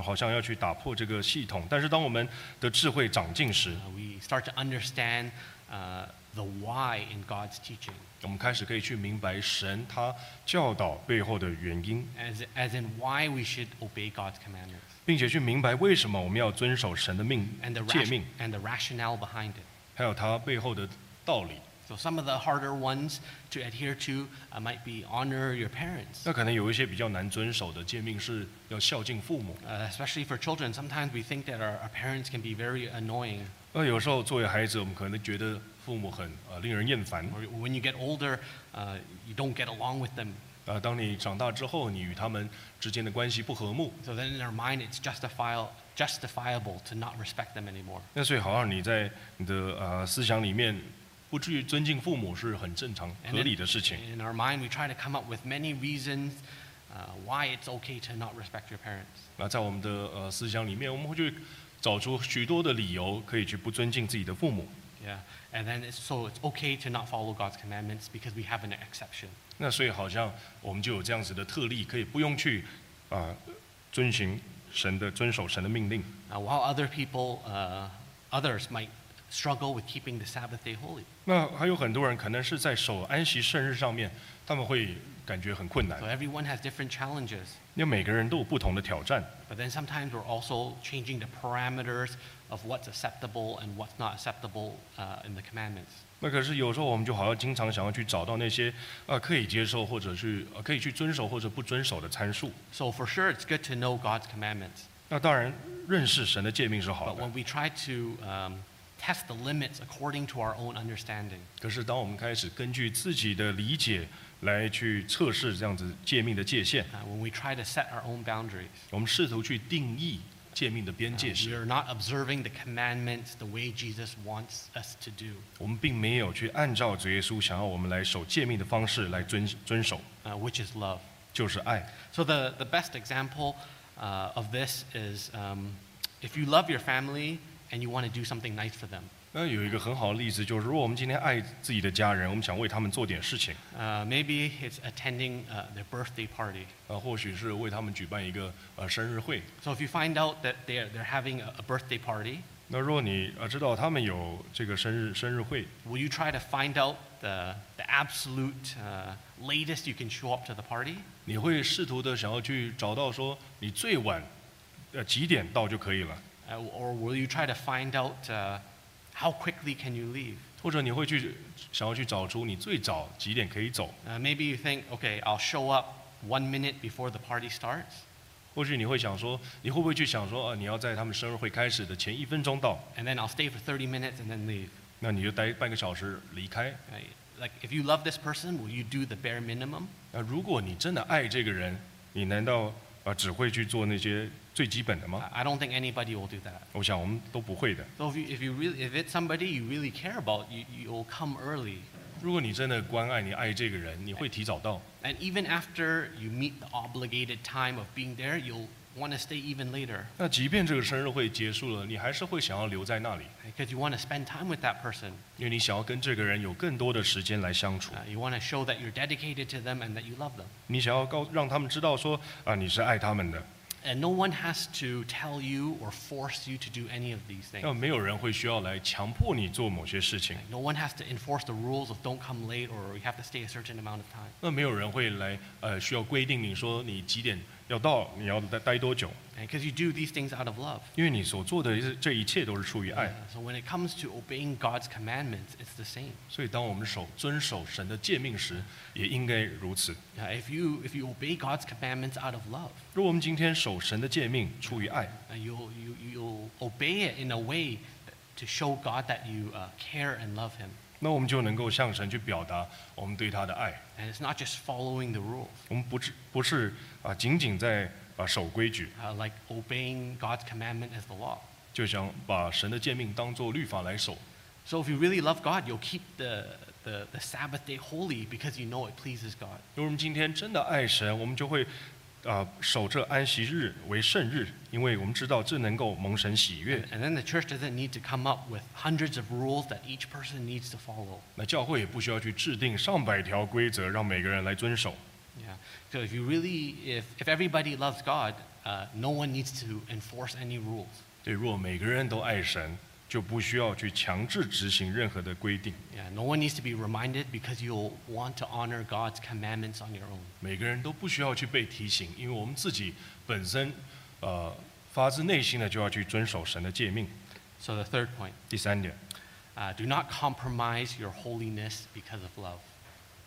[SPEAKER 2] 好像要去打破这个系统。但是当我们的智慧长进时
[SPEAKER 1] uh,，we start to understand uh, the why in God's teaching,
[SPEAKER 2] 我们开始可以去明白神他教导背后的原因，
[SPEAKER 1] as, as in why we should obey God's commandments
[SPEAKER 2] 并且去明白为什么我们要遵守神的命
[SPEAKER 1] and the,
[SPEAKER 2] 诫
[SPEAKER 1] ration-
[SPEAKER 2] 命，
[SPEAKER 1] and the rationale behind it.
[SPEAKER 2] 还有他背后的道理。
[SPEAKER 1] So some of the harder ones to adhere to uh, might be honor your parents.
[SPEAKER 2] 那可能有一些比较难遵守的诫命是要孝敬父母。
[SPEAKER 1] Uh, especially for children, sometimes we think that our, our parents can be very annoying.
[SPEAKER 2] 那有时候作为孩子，我们可能觉得父母很呃令人厌烦。
[SPEAKER 1] Or when you get older, uh, you don't get along with them.
[SPEAKER 2] 呃，当你长大之后，你与他们之间的关系不和睦，
[SPEAKER 1] So then in our mind, it's justifiable, justifiable to not respect them anymore.
[SPEAKER 2] 那所以好像你在你的呃思想里面不至于尊敬父母是很正常
[SPEAKER 1] And
[SPEAKER 2] 合
[SPEAKER 1] then
[SPEAKER 2] 理的事情。
[SPEAKER 1] in our mind, we try to come up with many reasons uh, why it's okay to not respect your parents.
[SPEAKER 2] 那在我们的呃思想里面，我们会去找出许多的理由可以去不尊敬自己的父母。
[SPEAKER 1] Yeah. And then it's, so it's okay to not follow God's commandments because we have an exception.
[SPEAKER 2] 那所以好像我们就有这样子的特例，可以不用去啊、遵循神的遵守神的命令。
[SPEAKER 1] Now, while other people, uh, others might struggle with keeping the Sabbath day holy.
[SPEAKER 2] 那还有很多人可能是在守安息圣日上面，他们会感觉很困难
[SPEAKER 1] So，everyone has different challenges.
[SPEAKER 2] 因为每个人都有不同的挑战。
[SPEAKER 1] But then sometimes we're also changing the parameters of what's acceptable and what's not acceptable uh, in the commandments.
[SPEAKER 2] 那可是有时候我们就好像经常想要去找到那些啊、呃可以接受或者去、呃、可以去遵守或者不遵守的参数。
[SPEAKER 1] So for sure, it's good to know God's commandments.
[SPEAKER 2] 那当然，认识神的诫命是好
[SPEAKER 1] But
[SPEAKER 2] 的。
[SPEAKER 1] when we try to um, test the limits according to our own understanding,
[SPEAKER 2] 可是当我们开始根据自己的理解来去测试这样子诫命的界限，
[SPEAKER 1] uh, when we try to set our own boundaries,
[SPEAKER 2] 我们试图去定义诫命的边
[SPEAKER 1] uh,
[SPEAKER 2] 界
[SPEAKER 1] we
[SPEAKER 2] 时，
[SPEAKER 1] are not observing the commandments the way Jesus wants us to do.
[SPEAKER 2] 我们并没有去按照主耶稣想要我们来守诫命的方式来遵遵守，
[SPEAKER 1] uh, which is love.
[SPEAKER 2] 就是爱。
[SPEAKER 1] So the, the best example uh, of this is um, if you love your family and you want to do something nice for them.
[SPEAKER 2] 那有一个很好的例子就是，如果我们今天爱自己的家人，我们想为他们做点事情，
[SPEAKER 1] Uh, maybe it's attending uh, their birthday party.
[SPEAKER 2] 呃，或许是为他们举办一个呃生日会。
[SPEAKER 1] So if you find out that they're, they're having a, a birthday party,
[SPEAKER 2] 那如果你呃知道他们有这个生日生日会，
[SPEAKER 1] will you try to find out the, the absolute uh, latest you can show up to the party?
[SPEAKER 2] 你会试图的想要去找到说你最晚呃几点到就可以了，
[SPEAKER 1] Uh, or will you try to find out uh, how quickly can you leave?
[SPEAKER 2] 或者你会去想要去找出你最早几点可以走，
[SPEAKER 1] Uh, maybe you think, okay, I'll show up one minute before the party starts,
[SPEAKER 2] 或许你会想说，你会不会去想说，呃，你要在他们生日会开始的前一分钟到，
[SPEAKER 1] and then I'll stay for 30 minutes and then leave.
[SPEAKER 2] 那你就待半个小时离开。
[SPEAKER 1] Right? Like, if you love this person, will you do the bare minimum?
[SPEAKER 2] 那如果你真的爱这个人，你难道呃只会去做那些最基本的吗？
[SPEAKER 1] I I don't think anybody will do that.
[SPEAKER 2] 我想我们都不会的。
[SPEAKER 1] So if you, if you really, if it's somebody you really care about, you, you'll come early.
[SPEAKER 2] 如果你真的关爱你爱这个人，你会提早到，
[SPEAKER 1] And even after you meet the obligated time of being there, you'll want to stay even later
[SPEAKER 2] 那即便这个生日会结束了，你还是会想要留在那里，
[SPEAKER 1] because you want to spend time with that person.
[SPEAKER 2] 因为你想要跟这个人有更多的时间来相处
[SPEAKER 1] Uh,，you want to show that you're dedicated to them and that you love them.
[SPEAKER 2] 你想要告让他们知道说啊你是爱他们的，
[SPEAKER 1] And no one has to tell you or force you to do any of these things.
[SPEAKER 2] 那没有人会需要来强迫你做某些事情，
[SPEAKER 1] No one has to enforce the rules of don't come late or you have to stay a certain amount of time.
[SPEAKER 2] 那没有人会来呃需要规定你说你几点要到，你要待待多久，
[SPEAKER 1] Because you do these things out of love.
[SPEAKER 2] 因为你所做的这这一切都是出于爱。
[SPEAKER 1] Uh, so when it comes to obeying God's commandments, it's the same.
[SPEAKER 2] 所以，当我们守遵守神的诫命时，也应该如此。
[SPEAKER 1] Uh, if, you, if you obey God's commandments out of love,
[SPEAKER 2] 如果我们今天守神的诫命出于爱，
[SPEAKER 1] uh, you'll, you, you'll obey it in a way that- to show God that you uh, care and love Him.
[SPEAKER 2] 那我们就能够向神去表达我们对他的爱。
[SPEAKER 1] And it's not just following the rules,
[SPEAKER 2] 我们不是不是啊，仅仅在啊守规矩，
[SPEAKER 1] uh, like obeying God's commandment as the law.
[SPEAKER 2] 就想把神的诫命当做律法来守。
[SPEAKER 1] So if you really love God, you'll keep the, the, the Sabbath day holy because you know it pleases God.
[SPEAKER 2] 如果我们今天真的爱神，我们就会啊守这安息日为圣日，因为我们知道这能够蒙神喜悦。
[SPEAKER 1] And then the church doesn't need to come up with hundreds of rules that each person needs to follow.
[SPEAKER 2] 那教会也不需要去制定上百条规则让每个人来遵守。
[SPEAKER 1] Yeah. So if you really, if, if everybody loves God, uh, no one needs to enforce any rules.
[SPEAKER 2] 对，若每个人都爱神，就不需要去强制执行任何的规定。
[SPEAKER 1] Yeah. No one needs to be reminded because you'll want to honor God's commandments on your own.
[SPEAKER 2] 每个人都不需要去被提醒，因为我们自己本身，呃，发自内心的就要去遵守神的诫命。
[SPEAKER 1] So the third point,
[SPEAKER 2] 第三点，
[SPEAKER 1] uh, do not compromise your holiness because of love.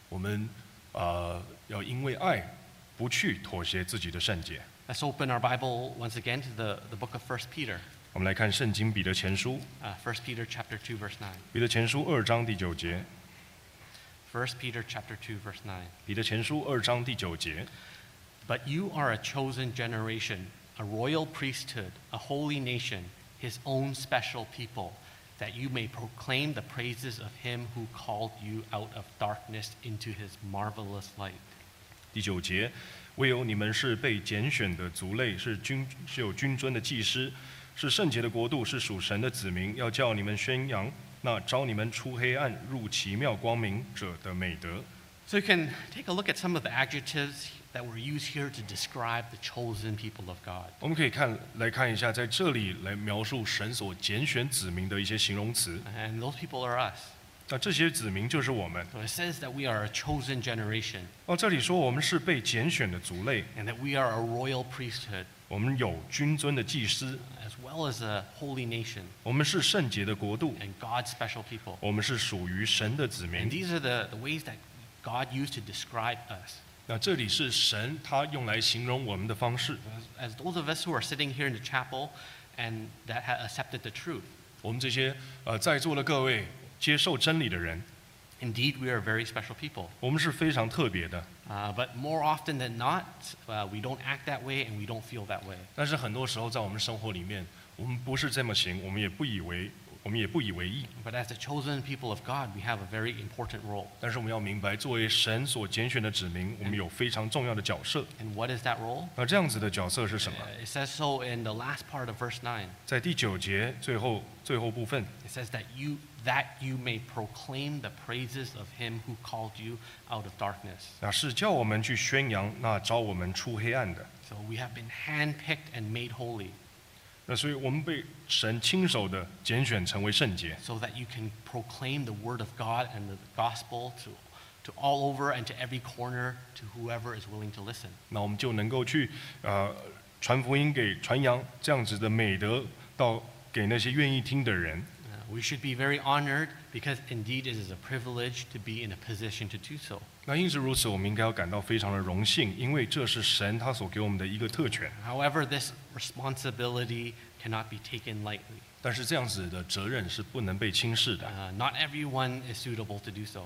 [SPEAKER 2] 我们呃要因为爱，不去妥协自己的圣洁。
[SPEAKER 1] Let's open our Bible once again to the, the book of 1 Peter,
[SPEAKER 2] 我们来看圣经彼得前书，
[SPEAKER 1] uh, 1 Peter chapter 2, verse 9.
[SPEAKER 2] 彼得前书二章第九节，
[SPEAKER 1] 1 Peter chapter 2, verse 9.
[SPEAKER 2] 彼得前书二章第九节。
[SPEAKER 1] But you are a chosen generation, a royal priesthood, a holy nation, his own special people, that you may proclaim the praises of him who called you out of darkness into his marvelous light.
[SPEAKER 2] 第九节，唯有你们是被拣选的族类，是君是有君尊的祭司，是圣洁的国度，是属神的子民，要叫你们宣扬那招你们出黑暗入奇妙光明者的美德。
[SPEAKER 1] So you can take a look at some of the adjectives that were used here to describe the chosen people of God.
[SPEAKER 2] 我们可以看来看一下，在这里来描述神所拣选子民的一些形容词。
[SPEAKER 1] And those people are us.
[SPEAKER 2] 那这些子民就是我们。
[SPEAKER 1] So it says that we are a chosen generation
[SPEAKER 2] 哦，这里说我们是被拣选的族类，
[SPEAKER 1] and that we are a royal priesthood
[SPEAKER 2] 我们有君尊的祭司，
[SPEAKER 1] as well as a holy nation
[SPEAKER 2] 我们是圣洁的国度，
[SPEAKER 1] and God's special people.
[SPEAKER 2] 我们是属于神的子民
[SPEAKER 1] And。these are the, the ways that God used to describe us.
[SPEAKER 2] 那这里是神他用来形容我们的方式。
[SPEAKER 1] As, as those of us who are sitting here in the chapel and that have accepted the truth,
[SPEAKER 2] 我们这些呃在座的各位接受真理的人，
[SPEAKER 1] indeed we are a very special people.
[SPEAKER 2] 我们是非常特别的。
[SPEAKER 1] Uh, but more often than not, uh, we don't act that way and we don't feel that way.
[SPEAKER 2] 但是很多时候在我们生活里面，我们不是这么行，我们也不以为我们也不以为意。
[SPEAKER 1] But as the chosen people of God, we have a very important role.
[SPEAKER 2] 但是我们要明白，作为神所拣选的子民，我们有非常重要的角色。
[SPEAKER 1] And what is that role?
[SPEAKER 2] 那这样子的角色是什
[SPEAKER 1] Uh,
[SPEAKER 2] 么？
[SPEAKER 1] it says so in the last part of verse 9.
[SPEAKER 2] 在第九节最后最后部分，
[SPEAKER 1] It says that you that you may proclaim the praises of him who called you out of darkness.
[SPEAKER 2] 那是叫我们去宣扬那招我们出黑暗的。
[SPEAKER 1] So we have been handpicked and made holy.
[SPEAKER 2] 那所以我们被神亲手的拣选成为圣洁。
[SPEAKER 1] so that you can proclaim the word of God and the gospel to, to all over and to every corner to whoever is willing to listen.
[SPEAKER 2] 那我们就能够去呃传福音给传扬这样子的美德到给那些愿意听的人。
[SPEAKER 1] Uh, we should be very honored because indeed it is a privilege to be in a position to do so.
[SPEAKER 2] 那因此如此，我们应该要感到非常的荣幸，因为这是神他所给我们的一个特权。
[SPEAKER 1] However, this responsibility cannot be taken lightly.
[SPEAKER 2] 但是这样子的责任是不能被轻视的，
[SPEAKER 1] Uh, not everyone is suitable to do so.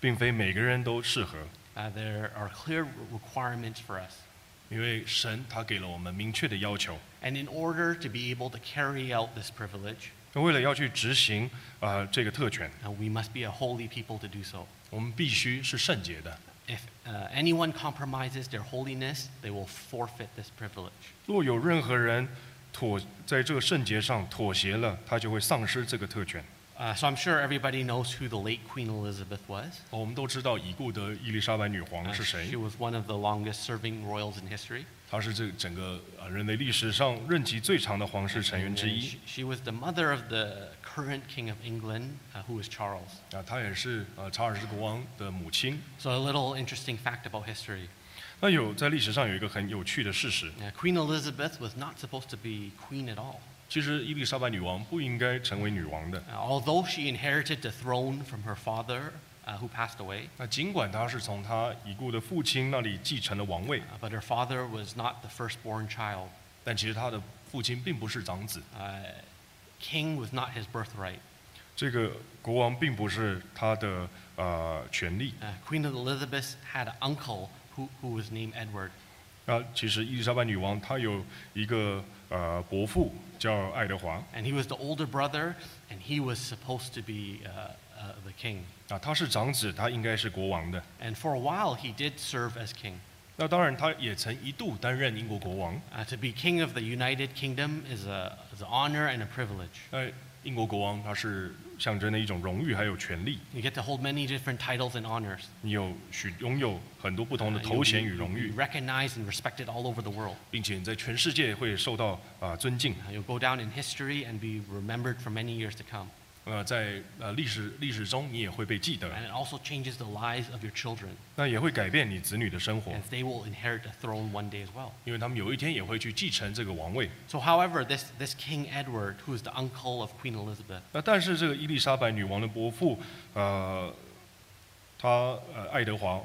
[SPEAKER 2] 并非每个人都适合，
[SPEAKER 1] Uh, there are clear requirements for us.
[SPEAKER 2] 因为神他给了我们明确的要求。
[SPEAKER 1] And in order to be able to carry out this privilege,
[SPEAKER 2] 那为了要去执行啊、呃这个特权，
[SPEAKER 1] uh, we must be a holy people to do so.
[SPEAKER 2] 我们必须是圣洁的。
[SPEAKER 1] If uh, anyone compromises their holiness, they will forfeit this privilege.
[SPEAKER 2] 若有任何人妥在这个圣洁上妥协了，他就会丧失这个特权。
[SPEAKER 1] Uh, so I'm sure everybody knows who the late Queen Elizabeth was.
[SPEAKER 2] 我们都知道已故的伊丽莎白女
[SPEAKER 1] Uh,
[SPEAKER 2] 皇啊是
[SPEAKER 1] she
[SPEAKER 2] 谁，
[SPEAKER 1] was one of the longest serving royals in history.
[SPEAKER 2] 她是这个整个呃人类历史上任期最长的皇室成
[SPEAKER 1] And
[SPEAKER 2] 员
[SPEAKER 1] then
[SPEAKER 2] 之一
[SPEAKER 1] she,。she was the mother of the current King of England, uh, who was Charles.
[SPEAKER 2] 啊，她也是呃查尔斯国王的母亲。
[SPEAKER 1] So a little interesting fact about history.
[SPEAKER 2] 那有在历史上有一个很有趣的事实，
[SPEAKER 1] Uh, queen Elizabeth was not supposed to be queen at all.
[SPEAKER 2] 其实伊丽莎白女王不应该成为女王的。
[SPEAKER 1] Uh, although she inherited the throne from her father, uh, who passed away,
[SPEAKER 2] 那尽管她是从她已故的父亲那里继承了王位
[SPEAKER 1] uh,，but her father was not the firstborn child.
[SPEAKER 2] 但其实她的父亲并不是长子，
[SPEAKER 1] Uh, king was not his birthright.
[SPEAKER 2] 这个国王并不是她的呃权利。
[SPEAKER 1] Uh, Queen Elizabeth had an uncle who, who was named Edward.
[SPEAKER 2] 那其实伊丽莎白女王她有一个呃伯父叫爱德华，
[SPEAKER 1] And he was the older brother, and he was supposed to be uh, uh, the king.
[SPEAKER 2] 啊，他是长子，他应该是国王的。
[SPEAKER 1] And for a while, he did serve as king.
[SPEAKER 2] 那当然，他也曾一度担任英国国王。
[SPEAKER 1] Uh, to be king of the United Kingdom is, a, is an honor and a privilege.
[SPEAKER 2] 那呃英国国王他是象征的一种荣誉还有权利，
[SPEAKER 1] You get to hold many different titles and honors.
[SPEAKER 2] 你有许拥有很多不同
[SPEAKER 1] Uh,
[SPEAKER 2] 的
[SPEAKER 1] you'll
[SPEAKER 2] 头
[SPEAKER 1] be-
[SPEAKER 2] 衔与
[SPEAKER 1] you'll
[SPEAKER 2] 荣
[SPEAKER 1] be
[SPEAKER 2] 誉，
[SPEAKER 1] recognized and respected all over the world.
[SPEAKER 2] 并且你在全世界会受到啊、尊敬。
[SPEAKER 1] Uh, you'll go down in history and be remembered for many years to come.
[SPEAKER 2] 呃，在呃历史历史中你也会被记得，
[SPEAKER 1] And it also changes the lives of your children,
[SPEAKER 2] 那也会改变你子女的生活，
[SPEAKER 1] and they will inherit a throne one day as well.
[SPEAKER 2] 因为他们有一天也会去继承这个王位。
[SPEAKER 1] So, however, this, this King Edward, who is the uncle of Queen Elizabeth,
[SPEAKER 2] 那但是这个伊丽莎白女王的伯父，呃，他呃爱德华
[SPEAKER 1] uh,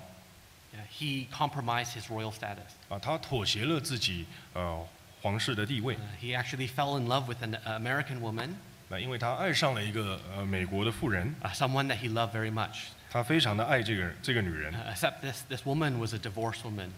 [SPEAKER 1] he compromised his royal status.
[SPEAKER 2] 啊，他妥协了自己呃皇室的地位
[SPEAKER 1] Uh,。he actually fell in love with an American woman,
[SPEAKER 2] 那因为他爱上了一个呃美国的妇人，
[SPEAKER 1] uh, someone that he loved very much.
[SPEAKER 2] 他非常的爱这个这个女人
[SPEAKER 1] Uh,，except this, this woman was a divorced woman.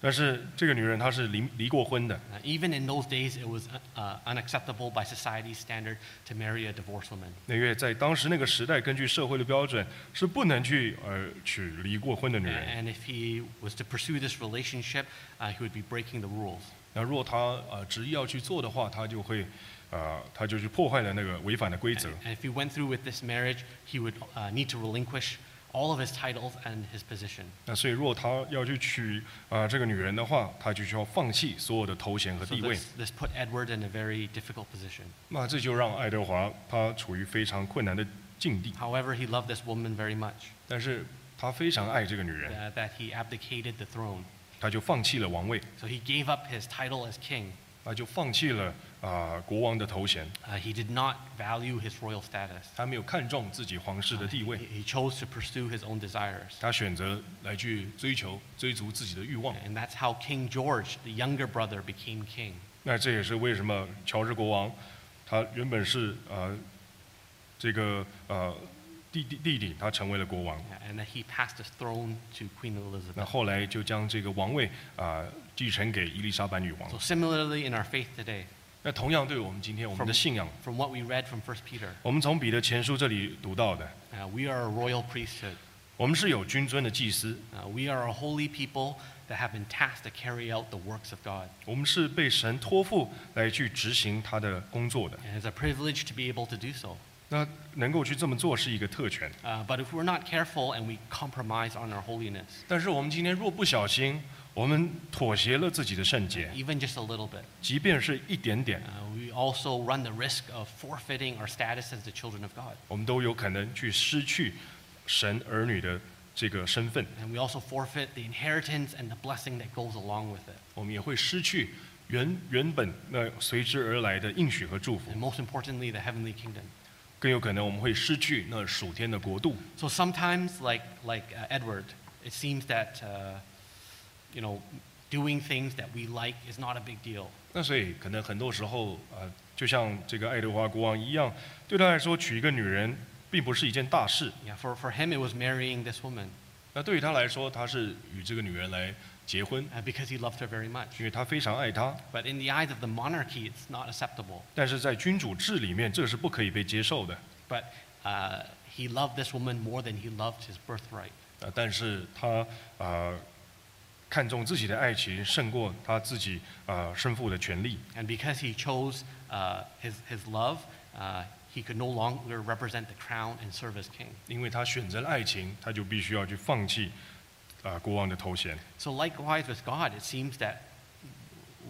[SPEAKER 2] 但是这个女人她是离离过婚的，
[SPEAKER 1] Uh, even in those days, it was uh, unacceptable by society's standard to marry a divorced woman.
[SPEAKER 2] 那因为在当时那个时代，根据社会的标准是不能去呃娶离过婚的女
[SPEAKER 1] A-
[SPEAKER 2] 人。
[SPEAKER 1] Uh, And if he was to pursue this relationship, uh, he would be breaking the rules.
[SPEAKER 2] 那若她呃执意要去做的话，她就会呃她就去破坏了那个违反的规则
[SPEAKER 1] And,。and if he went through with this marriage, he would uh, need to relinquish all of his titles and his position.
[SPEAKER 2] 那所以若她要去娶啊、呃这个女人的话，她就需要放弃所有的头衔和
[SPEAKER 1] So
[SPEAKER 2] 地位
[SPEAKER 1] this,。this put Edward in a very difficult position.
[SPEAKER 2] 那这就让爱德华他处于非常困难的境地，
[SPEAKER 1] However, he loved this woman very much,
[SPEAKER 2] 但是他非常爱这个女人，
[SPEAKER 1] uh, that he abdicated the throne.
[SPEAKER 2] 他就放弃了王位。
[SPEAKER 1] So he gave up his title as king.
[SPEAKER 2] 那就放弃了啊、国王的头衔，
[SPEAKER 1] Uh, he did not value his royal status.
[SPEAKER 2] 他没有看重自己皇室的
[SPEAKER 1] Uh,
[SPEAKER 2] 地
[SPEAKER 1] he,
[SPEAKER 2] 位，
[SPEAKER 1] he chose to pursue his own desires.
[SPEAKER 2] 他选择来去追求、追逐自己的欲望。
[SPEAKER 1] And that's how King George, the younger brother, became king.
[SPEAKER 2] 那这也是为什么乔治国王，他原本是呃这个呃弟弟弟弟，他成为了国王，
[SPEAKER 1] And that he passed his throne to Queen
[SPEAKER 2] 那
[SPEAKER 1] Elizabeth.
[SPEAKER 2] 后来就将这个王位啊、继承给伊丽莎白女王
[SPEAKER 1] So。similarly in our faith today,
[SPEAKER 2] 那同样对我们今天我们的信仰，
[SPEAKER 1] from what we read from 1 Peter,
[SPEAKER 2] 我们从彼得前书这里读到的，
[SPEAKER 1] uh, we are a royal priesthood.
[SPEAKER 2] 我们是有君尊的祭司，
[SPEAKER 1] Uh, we are a holy people that have been tasked to carry out the works of God.
[SPEAKER 2] 我们是被神托付来去执行他的工作的。
[SPEAKER 1] And it's a privilege to be able to do so.
[SPEAKER 2] 那能够去这么做是一个特权，
[SPEAKER 1] Uh, but if we're not careful and we compromise on our holiness,
[SPEAKER 2] 但是我们今天若不小心，我们妥协了自己的圣洁，
[SPEAKER 1] even just a little bit,
[SPEAKER 2] 即便是一点点，
[SPEAKER 1] Uh, we also run the risk of forfeiting our status as the children of God.
[SPEAKER 2] 我们都有可能去失去神儿女的这个身份，
[SPEAKER 1] And we also forfeit the inheritance and the blessing that goes along with it.
[SPEAKER 2] 我们也会失去原原本那随之而来的应许和祝福，
[SPEAKER 1] And most importantly, the heavenly kingdom.
[SPEAKER 2] 更有可能我们会失去那属天的国度。
[SPEAKER 1] So sometimes, like, like uh, Edward, it seems that, uh, you know, doing things that we like is not a big deal.
[SPEAKER 2] 那所以可能很多时候，呃，就像这个爱德华国王一样，对他来说娶一个女人并不是一件大事，
[SPEAKER 1] Yeah, for, for him, it was marrying this woman
[SPEAKER 2] 那对于他来说，他是与这个女人来结婚。
[SPEAKER 1] uh, because he loved her very much.
[SPEAKER 2] 因为他非常爱他，
[SPEAKER 1] But in the eyes of the monarchy, it's not acceptable.
[SPEAKER 2] 但是在君主制里面，这是不可以被接受的。
[SPEAKER 1] But uh, He loved this woman more than he loved his birthright.
[SPEAKER 2] 啊，但是他啊、看重自己的爱情胜过他自己啊、身负的权利。
[SPEAKER 1] And because he chose uh, his, his love, uh, he could no longer represent the crown and serve as king.
[SPEAKER 2] 因为他选择了爱情，他就必须要去放弃啊、国王的头衔。
[SPEAKER 1] So likewise with God, it seems that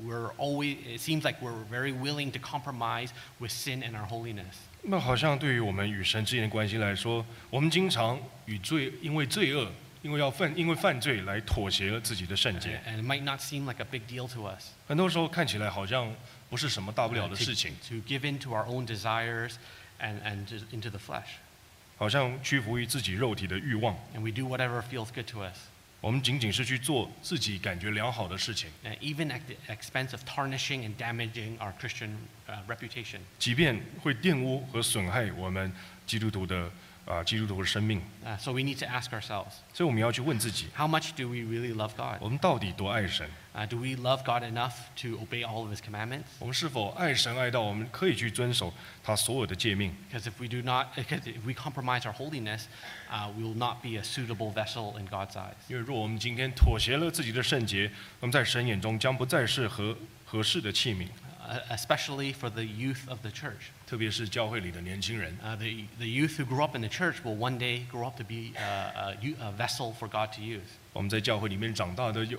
[SPEAKER 1] we're always, it seems like we're very willing to compromise with sin and our holiness.
[SPEAKER 2] 那好像对于我们与神之间的关系来说，我们经常与罪，因为罪恶，因为要犯，因为犯罪来妥协了自己的圣
[SPEAKER 1] And
[SPEAKER 2] 洁。
[SPEAKER 1] and it might not seem like a big deal to us
[SPEAKER 2] 很多时候看起来好像不是什么大不了
[SPEAKER 1] uh,
[SPEAKER 2] 的
[SPEAKER 1] to,
[SPEAKER 2] 事情，
[SPEAKER 1] to give in to our own desires and, and just into the flesh.
[SPEAKER 2] 好像屈服于自己肉体的欲望。
[SPEAKER 1] And we do whatever feels good to us,
[SPEAKER 2] 我们仅仅是去做自己感觉良好的事情，
[SPEAKER 1] uh, even at the expense of tarnishing and damaging our Christian uh, reputation.
[SPEAKER 2] 即便会玷污和损害我们基督徒的啊、基督徒的生命。
[SPEAKER 1] Uh, so we need to ask ourselves
[SPEAKER 2] 所以我们要去问自己，
[SPEAKER 1] how much do we really love God?
[SPEAKER 2] 我们到底多爱神？
[SPEAKER 1] Uh, do we love God enough to obey all of his commandments?
[SPEAKER 2] 我们是否爱神爱到我们可以去遵守他所有的诫命？
[SPEAKER 1] Because if we do not, because if we compromise our holiness, uh, we will not be a suitable vessel in God's eyes.
[SPEAKER 2] 因为若我们今天妥协了自己的圣洁，那么在神眼中将不再是合合适的器皿，
[SPEAKER 1] Uh, especially for the youth of the church.
[SPEAKER 2] 特别是教会里的年轻人。
[SPEAKER 1] Uh, the, the youth who grew up in the church will one day grow up to be uh, a, u- a vessel for God to use.
[SPEAKER 2] 我们在教会里面长大的有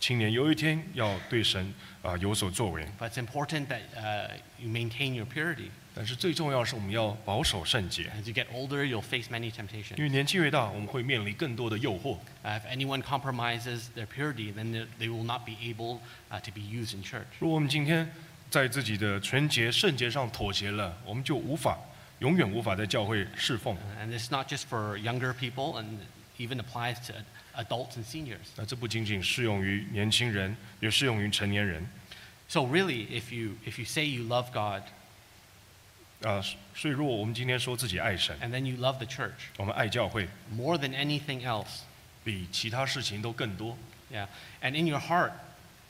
[SPEAKER 2] 青年，有一天要对神啊、有所作为。
[SPEAKER 1] But it's important that uh, you maintain your purity.
[SPEAKER 2] 但是最重要是我们要保守圣洁，
[SPEAKER 1] As you get older, you'll face many
[SPEAKER 2] 因
[SPEAKER 1] temptations.
[SPEAKER 2] 为年纪越大，我们会面临更多的诱惑。
[SPEAKER 1] Uh, if anyone compromises their purity, then they- they will not be able uh, to be used in church.
[SPEAKER 2] 如果我们今天在自己的纯洁圣洁上妥协了，我们就无法永远无法在教会侍奉。
[SPEAKER 1] And it's not just for younger people, and even applies to adults and seniors.
[SPEAKER 2] 那这不仅仅适用于年轻人，也适用于成年人。
[SPEAKER 1] So really, if you if you say you love God
[SPEAKER 2] 啊、所以如果我们今天说自己爱神，
[SPEAKER 1] and then you love the church
[SPEAKER 2] 我们爱教会，
[SPEAKER 1] more than anything else,
[SPEAKER 2] 比其他事情都更多。
[SPEAKER 1] yeah, and in your heart,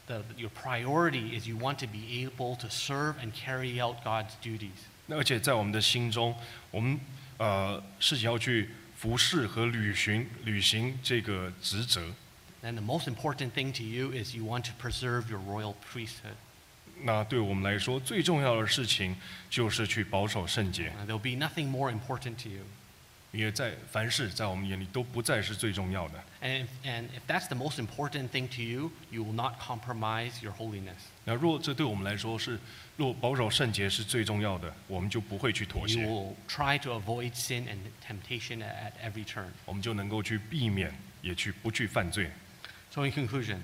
[SPEAKER 1] the, your priority is you want to be able to serve and carry out God's duties.
[SPEAKER 2] 那而且在我们的心中，我们呃是要去服侍和履行履行这个职责。
[SPEAKER 1] And the most important thing to you is you want to preserve your royal priesthood.
[SPEAKER 2] 那对我们来说，最重要的事情就是去保守圣洁，
[SPEAKER 1] Uh, there'll be nothing more important to you.
[SPEAKER 2] 因为在凡事在我们眼里都不再是最重要的。
[SPEAKER 1] And if, and if that's the most important thing to you, you will not compromise your holiness.
[SPEAKER 2] 那若这对我们来说是，若保守圣洁是最重要的，我们就不会去
[SPEAKER 1] You
[SPEAKER 2] 妥协，
[SPEAKER 1] will try to avoid sin and temptation at every turn.
[SPEAKER 2] 我们就能够去避免，也去不去犯罪。
[SPEAKER 1] So, in conclusion,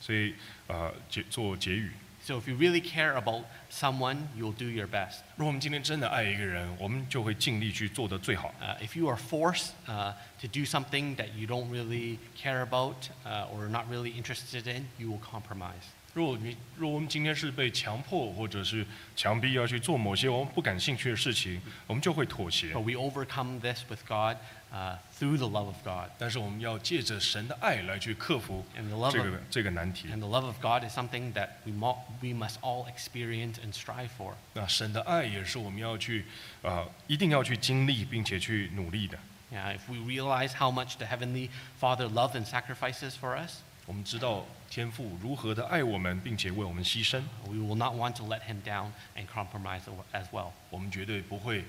[SPEAKER 2] 所以，呃，结做结语。
[SPEAKER 1] So if you really care about someone, you'll do your best.
[SPEAKER 2] 如果我们今天真的爱一个人，我们就会尽力去做得最好。
[SPEAKER 1] Uh, if you are forced uh, to do something that you don't really care about uh, or not really interested in, you will compromise.
[SPEAKER 2] 如果你，如果我们今天是被强迫或者是强逼要去做某些我们不感兴趣的事情，我们就会妥协
[SPEAKER 1] But。we overcome this with God uh, through the love of God.
[SPEAKER 2] 但是我们要借着神的爱来去克服
[SPEAKER 1] And the love of-
[SPEAKER 2] 这个这个难题。
[SPEAKER 1] And the love of God is something that we, mo- we must all experience and strive for.
[SPEAKER 2] 那神的爱也是我们要去，呃，一定要去经历并且去努力的。
[SPEAKER 1] Yeah, if we realize how much the Heavenly Father loves and sacrifices for us,
[SPEAKER 2] 我们知道天父如何的爱我们，并且为我们牺牲，
[SPEAKER 1] uh, we will not want to let Him down and compromise as well.
[SPEAKER 2] 我们绝对不会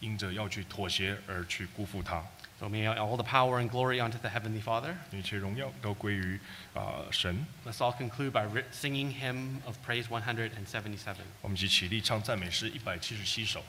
[SPEAKER 2] 因着要去妥协而去辜负他。
[SPEAKER 1] So may all the power and glory unto the Heavenly Father.
[SPEAKER 2] 一切荣耀都归于啊、神。
[SPEAKER 1] Let's all conclude by ri- singing hymn of praise 177.
[SPEAKER 2] 我们一起起立唱赞美诗一百七十七首。